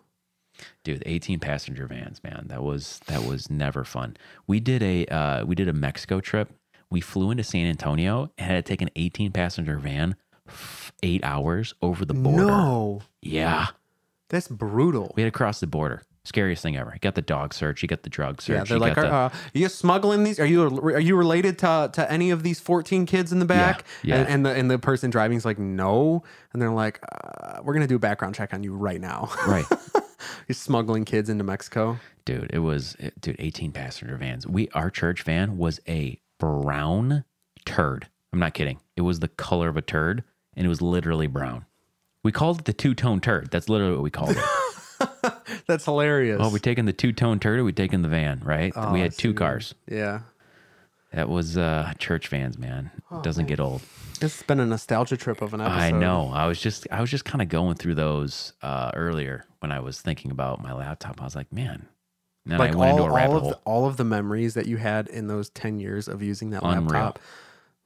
S2: Dude, 18 passenger vans, man. That was that was never fun. We did a uh, we did a Mexico trip. We flew into San Antonio and had to take an 18 passenger van f- 8 hours over the border.
S4: No,
S2: Yeah.
S4: that's brutal.
S2: We had to cross the border. Scariest thing ever. You got the dog search, you got the drug search.
S4: yeah, they're
S2: you
S4: like,
S2: got
S4: are,
S2: the,
S4: uh, are you smuggling these? Are you are you related to to any of these fourteen kids in the back?
S2: yeah.
S4: And, and the and the person driving's like, no, and they're like, uh, we're gonna do a background check on you right now.
S2: right.
S4: You're smuggling kids into Mexico.
S2: Dude, it was it- dude, 18 passenger vans. We our church van was a brown turd. I'm not kidding. It was the color of a turd and it was literally brown. We called it the two-tone turd. That's literally what we called it.
S4: That's hilarious.
S2: oh, we taken the two-tone turd or we taken the van, right?
S4: Oh,
S2: we had two cars.
S4: Yeah.
S2: That was uh church vans, man. It Doesn't get old.
S4: It's been a nostalgia trip of an Oh, episode.
S2: I know. I was just I was just kind of going through those uh earlier when I was thinking about my laptop. I was like, man. And then
S4: Like
S2: I went
S4: all,
S2: into a rabbit
S4: all, of
S2: hole.
S4: the, all of the memories that you had in those 10 years of using that
S2: Unreal.
S4: laptop.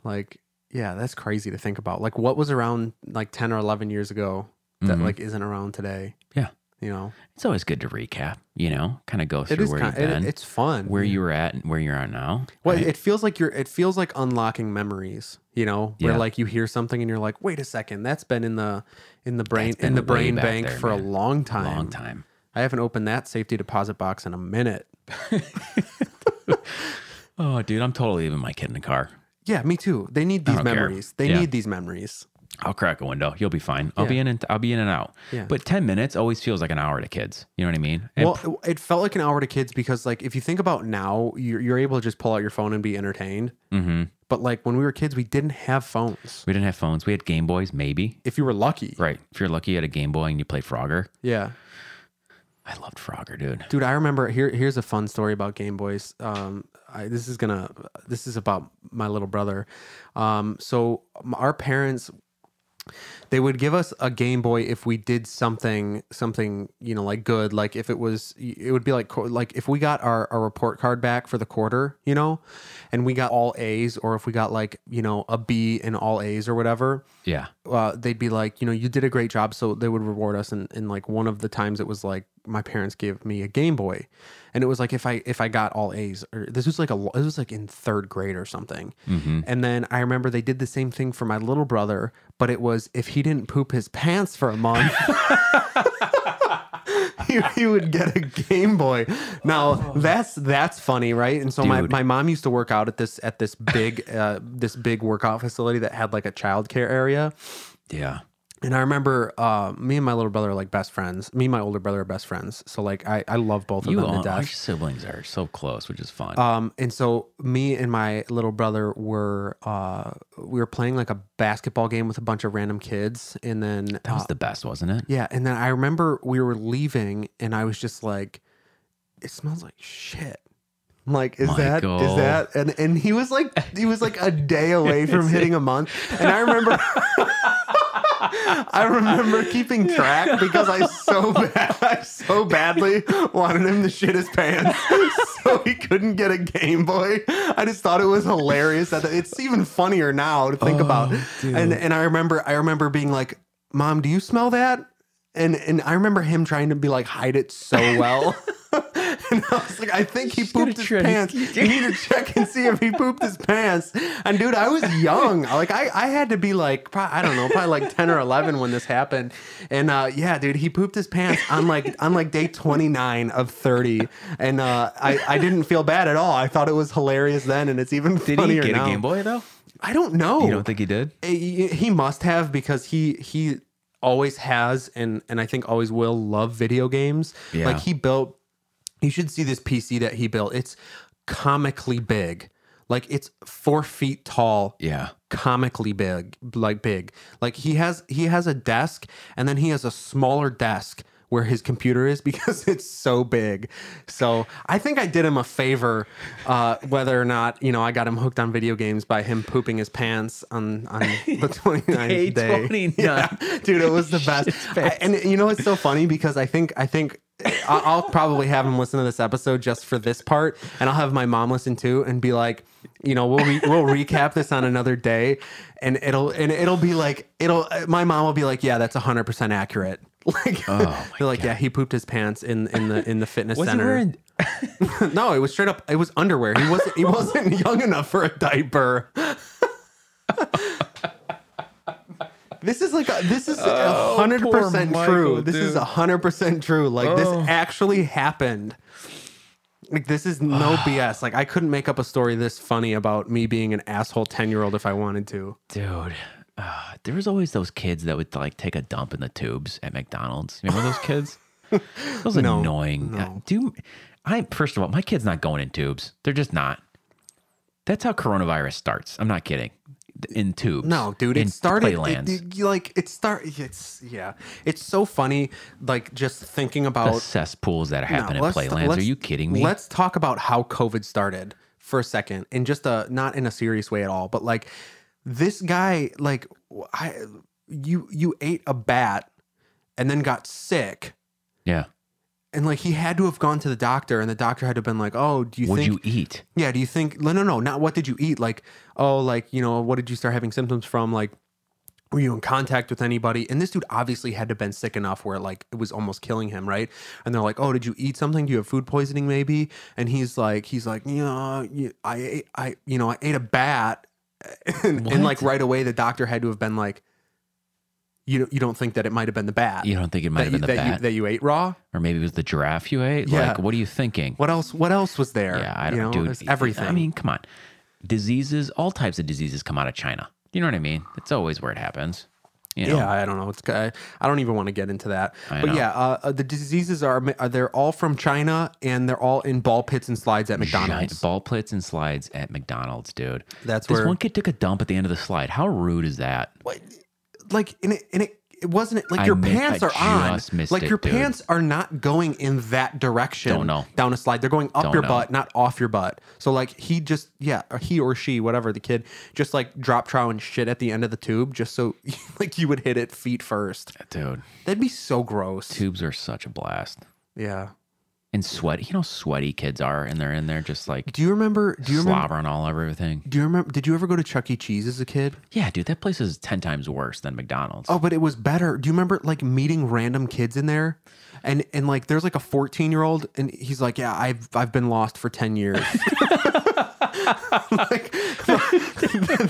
S4: Like, yeah, that's crazy to think about. Like what was around like 10 or 11 years ago that
S2: Mhm.
S4: like isn't around today,
S2: yeah.
S4: you know?
S2: it's always good to recap, you know, kind of go
S4: It
S2: through
S4: is
S2: where
S4: kind
S2: you've
S4: it,
S2: been,
S4: it's fun.
S2: where you were at, and where you're at now.
S4: well,
S2: right?
S4: it feels like you're it feels like unlocking memories, you know, where
S2: Yeah.
S4: like you hear something and you're like, "Wait a second, that's been in the in the brain
S2: That's
S4: in
S2: been
S4: the
S2: way
S4: brain
S2: back
S4: bank
S2: there,
S4: for a
S2: man.
S4: long time."
S2: long time.
S4: I haven't opened that safety deposit box in a minute.
S2: Oh, dude, I'm totally leaving my kid in the car.
S4: Yeah, me too. They need these
S2: don't care.
S4: memories. They
S2: Yeah.
S4: need these memories.
S2: I'll crack a window. You'll be fine. I'll
S4: Yeah.
S2: be in and I'll be in and out.
S4: Yeah.
S2: But ten minutes always feels like an hour to kids. You know what I mean? And
S4: Well, it felt like an hour to kids because, like, if you think about now, you're, you're able to just pull out your phone and be entertained. But like when we were kids, we didn't have phones.
S2: mm-hmm. We didn't have phones. We had Game Boys, maybe.
S4: If you were lucky.
S2: Right. If you're lucky, you had a Game Boy and you played Frogger.
S4: Yeah.
S2: I loved Frogger, dude.
S4: Dude, I remember here here's a fun story about Game Boys. Um I, this is going to this is about my little brother. Um so m- our parents they would give us a Game Boy if we did something something you know like good like if it was it would be like co- like if we got our, our report card back for the quarter you know and we got all A's or if we got like you know a B and all A's or whatever
S2: Yeah.
S4: uh, they'd be like, you know, you did a great job, so they would reward us. And, and like one of the times, it was like my parents gave me a Game Boy, and it was like if I if I got all A's, or this was like a lo- it was like in third grade or something. And then I remember they did the same thing for my little brother, but it was if he didn't poop his pants for a month. he, he would get a Game Boy. Now that's that's funny, right? And so my,
S2: Dude.
S4: my mom used to work out at this at this big uh, this big workout facility that had like a childcare area.
S2: Yeah.
S4: And I remember uh, me and my little brother are like best friends. Me and my older brother are best friends. So like I, I love both of
S2: You
S4: them
S2: all,
S4: to
S2: our
S4: death.
S2: siblings are so close, which is fun.
S4: Um, and so me and my little brother were uh, we were playing like a basketball game with a bunch of random kids, and then uh,
S2: that was the best, wasn't it?
S4: yeah, and then I remember we were leaving, and I was just like, "It smells like shit." I'm like, is that
S2: Michael.
S4: is that? And and he was like, he was like a day away from hitting a month, and I remember. I remember keeping track because I so bad, I so badly wanted him to shit his pants, so he couldn't get a Game Boy. I just thought it was hilarious that it's even funnier now to think about. And and I remember I remember being like, "Mom, do you smell that?" And and I remember him trying to be like hide it so well. and I was like, I think he
S2: gotta
S4: pooped his
S2: try to-
S4: pants. You need to check and see if he pooped his pants. And dude, I was young. Like I, I had to be like, pro- I don't know, probably like ten or eleven when this happened. And uh, yeah, dude, he pooped his pants on like on like day twenty nine of thirty. And uh, I, I didn't feel bad at all. I thought it was hilarious then, and it's even
S2: Did he
S4: funnier
S2: get
S4: now. Oh.
S2: a Game Boy though?
S4: I don't know.
S2: You don't think he did?
S4: he eh, he must have because he he always has and and I think always will love video games.
S2: Yeah.
S4: Like he built you should see this PC that he built. It's comically big. Like it's four feet tall
S2: Yeah.
S4: comically big like big like he has he has a desk and then he has a smaller desk where his computer is because it's so big so i think i did him a favor uh, whether or not you know i got him hooked on video games by him pooping his pants on on the 29th day,
S2: Day 29.
S4: Yeah. dude it was the best I- and you know it's so funny because i think i think I- I'll probably have him listen to this episode just for this part, and I'll have my mom listen too, and be like, you know, we'll re- we'll recap this on another day, and it'll and it'll be like it'll. My mom will be like, yeah, that's hundred percent accurate. Like, they're like, yeah, he pooped his pants in in the in the fitness center. no, it was straight up. It was underwear. He wasn't he wasn't young enough for a diaper. This is like a, this is a hundred
S2: Oh, poor
S4: percent
S2: Michael,
S4: true. This is
S2: dude.
S4: a hundred percent true. Like
S2: Oh.
S4: this actually happened. Like this is no BS. Like I couldn't make up a story this funny about me being an asshole ten year old if I wanted to.
S2: Dude, uh, there was always those kids that would like take a dump in the tubes at McDonald's. You remember those kids? Those
S4: No,
S2: annoying. uh,
S4: no.
S2: do I? First of all, my kid's not going in tubes. They're just not. That's how coronavirus starts. I'm not kidding. In tubes.
S4: No, dude,
S2: In
S4: it started
S2: playlands.
S4: it- it- like it start. It's yeah, it's so funny. Like just thinking
S2: The
S4: about
S2: cesspools that happen
S4: No,
S2: in
S4: let's-
S2: playlands. Are
S4: let's-
S2: you kidding me?
S4: Let's talk about how COVID started for a second, in just a not in a serious way at all, but like this guy, like I, you you ate a bat and then got sick,
S2: yeah.
S4: and like he had to have gone to the doctor, and the doctor had to have been like, oh, do you
S2: Would
S4: think?
S2: you eat?
S4: yeah, do you think? No, no, no, not what did you eat? Like, oh, like you know, what did you start having symptoms from? Like. Were you in contact with anybody? And this dude obviously had to been sick enough where like it was almost killing him, right? And they're like, "Oh, did you eat something? Do you have food poisoning, maybe?" And he's like, "He's like, you know, you- I, ate, I, you know, I ate a bat," and, and like right away, the doctor had to have been like, "You, don't- you don't think that it might have been the bat?
S2: You don't think it might
S4: that
S2: have
S4: you,
S2: been the
S4: that
S2: bat,
S4: you that you ate raw?
S2: or maybe it was the giraffe you ate?
S4: Yeah.
S2: Like, what are you thinking?
S4: What else? What else was there?
S2: Yeah, I
S4: You
S2: don't
S4: know,
S2: dude,
S4: it's everything.
S2: I mean, come on. Diseases, all types of diseases come out of China. You know what I mean? It's always where it happens. You know?
S4: Yeah, I don't know. It's I, I don't even want to get into that.
S2: I
S4: but
S2: know.
S4: yeah, uh, uh, the diseases are are they're all from China and they're all in ball pits and slides at
S2: Giant
S4: McDonald's.
S2: ball pits and slides at McDonald's, dude.
S4: That's
S2: this
S4: where-
S2: one kid took a dump at the end of the slide. How rude is that?
S4: What? Like and it and it, it wasn't it, like
S2: I
S4: your
S2: mi-
S4: pants
S2: I
S4: are on.
S2: just missed
S4: Like
S2: it,
S4: your
S2: dude.
S4: pants are not going in that direction.
S2: Don't know.
S4: Down a slide, they're going up
S2: Don't
S4: your
S2: know.
S4: butt, not off your butt. So like he just yeah, or he or she, whatever the kid, just like drop trow and shit at the end of the tube, just so like you would hit it feet first.
S2: Dude,
S4: That'd be so gross.
S2: tubes are such a blast.
S4: Yeah.
S2: And sweaty, you know, how sweaty kids are, and they're in there just like
S4: Do you remember? Do you remember?
S2: slobbering all over everything.
S4: Do you remember? Did you ever go to Chuck E. Cheese as a kid?
S2: Yeah, dude, that place is 10 times worse than McDonald's.
S4: Oh, but it was better. Do you remember like meeting random kids in there, and and like there's like a 14 year old, and he's like, yeah, I've I've been lost for 10 years. like,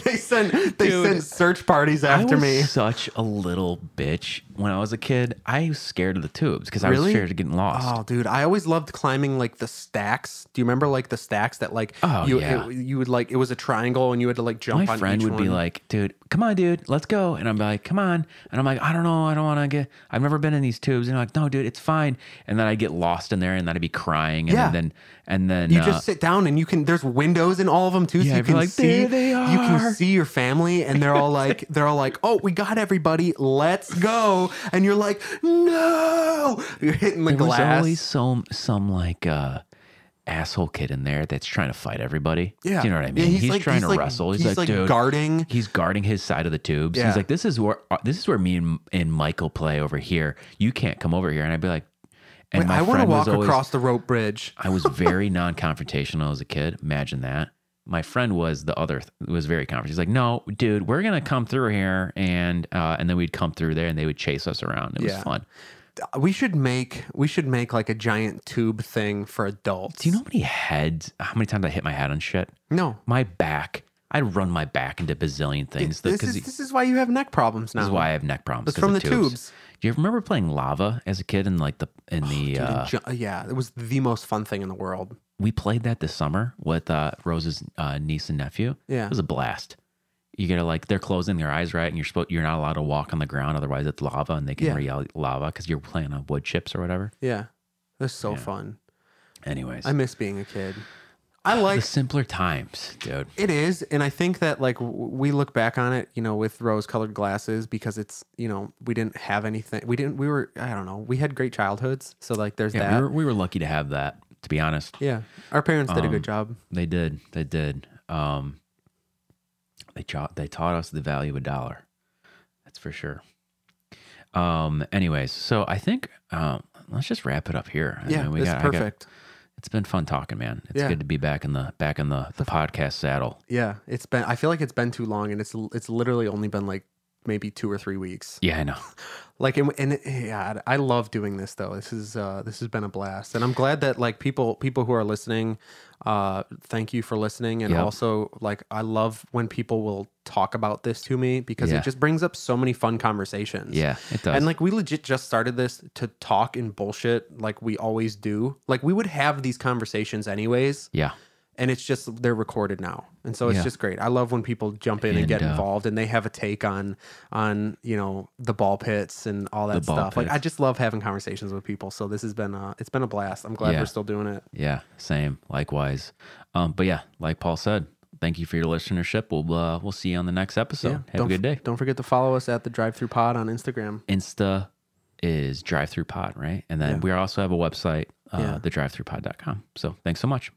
S4: they sent they
S2: Dude.
S4: sent search parties after
S2: I was
S4: me.
S2: such a little bitch when I was a kid. I was scared of the tubes because I was
S4: Really?
S2: scared of getting lost.
S4: Oh, dude, I always loved climbing like the stacks. Do you remember like the stacks that like
S2: Oh,
S4: you
S2: yeah.
S4: it- you would like it was a triangle and you had to like jump
S2: my
S4: on
S2: friend
S4: each
S2: would be
S4: one?
S2: like, dude, come on, dude, let's go. And I'm like, come on. And I'm like, I don't know. I don't want to get, I've never been in these tubes. And I'm like, no, dude, it's fine. And then I'd get lost in there and then I'd be crying. And
S4: Yeah.
S2: then, and then,
S4: You
S2: uh,
S4: just sit down and you can. There's windows in all of them too,
S2: Yeah,
S4: so you
S2: I'd be
S4: can
S2: like,
S4: see.
S2: "There they
S4: You
S2: are."
S4: can see your family, and they're all like, they're all like, "Oh, we got everybody. Let's go!" And you're like, "No!" You're hitting the
S2: there was
S4: glass.
S2: always some, some like, uh, asshole kid in there that's trying to fight everybody.
S4: Yeah.
S2: Do you know what I
S4: Yeah,
S2: mean?
S4: he's
S2: he's
S4: like-
S2: trying
S4: he's
S2: to
S4: like-
S2: wrestle. He's,
S4: he's like
S2: like, dude,
S4: guarding-
S2: He's guarding his side of the tubes.
S4: Yeah.
S2: He's like, this is where, uh, this is where me and, and Michael play over here. You can't come over here. And I'd be like, and
S4: Wait,
S2: my
S4: I want to
S2: friend was
S4: walk
S2: always-
S4: across the rope bridge.
S2: I was very non-confrontational as a kid. Imagine that. My friend was the other was very confrontational. He's like, "No, dude, we're gonna come through here," and uh, and then we'd come through there, and they would chase us around. It
S4: Yeah.
S2: was fun.
S4: We should make we should make like a giant tube thing for adults.
S2: Do you know how many heads? How many times I hit my head on shit?
S4: No.
S2: My back. I'd run my back into bazillion things.
S4: This is this is why you have neck problems now.
S2: This is why I have neck problems.
S4: It's
S2: 'cause of
S4: from the tubes. Oh,
S2: Do you remember playing lava as a kid in like the in the
S4: Dude,
S2: uh,
S4: ju- yeah, it was the most fun thing in the world.
S2: we played that this summer with uh, Rose's uh, niece and nephew.
S4: Yeah.
S2: it was a blast. You gotta like they're closing their eyes right, and you're supposed you're not allowed to walk on the ground, otherwise it's lava, and they can
S4: Yeah.
S2: yell lava because you're playing on wood chips or whatever.
S4: Yeah, it was so fun.
S2: Anyways,
S4: I miss being a kid. I like
S2: the simpler times, dude.
S4: It is, and I think that like w- we look back on it, you know, with rose-colored glasses because it's, you know, we didn't have anything. We didn't. We were, I don't know. We had great childhoods, so like there's
S2: Yeah,
S4: that.
S2: we were we were lucky to have that. To be honest,
S4: yeah, our parents did a
S2: Um,
S4: good job.
S2: they did, they did. Um, they taught they taught us the value of a dollar. That's for sure. Um. Anyways, so I think um, let's just wrap it up here. I
S4: Yeah,
S2: mean,
S4: it's
S2: I
S4: perfect.
S2: It's been fun talking, man. It's
S4: Yeah.
S2: good to be back in the back in the, the podcast saddle.
S4: yeah, it's been. I feel like it's been too long, and it's l- it's literally only been like maybe two or three weeks.
S2: Yeah, I know.
S4: Like, and, and it- yeah, I I love doing this though. This is uh this has been a blast, and I'm glad that like people people who are listening, uh, thank you for listening, and
S2: Yep.
S4: also like I love when people will talk about this to me because
S2: Yeah.
S4: it just brings up so many fun conversations.
S2: Yeah, it does.
S4: And like we legit just started this to talk and bullshit like we always do. Like we would have these conversations anyways,
S2: yeah,
S4: and it's just they're recorded now, and so it's
S2: Yeah.
S4: just great. I love when people jump in and,
S2: And,
S4: get
S2: uh,
S4: involved, and they have a take on on you know the ball pits and all that
S2: ball
S4: stuff. Like I
S2: pits.
S4: just love having conversations with people. So this has been uh it's been a blast. I'm glad
S2: Yeah.
S4: we're still doing it.
S2: yeah. Same. Likewise. Um. But yeah, like Paul said, thank you for your listenership. We'll uh, we'll see you on the next episode. Have
S4: don't,
S2: a good day.
S4: Don't forget to follow us at the Drive Through Pod on Instagram.
S2: Insta is drive through pod, right? And then we also have a website, uh,
S4: Yeah.
S2: thedrivethroughpod.com. So thanks so much.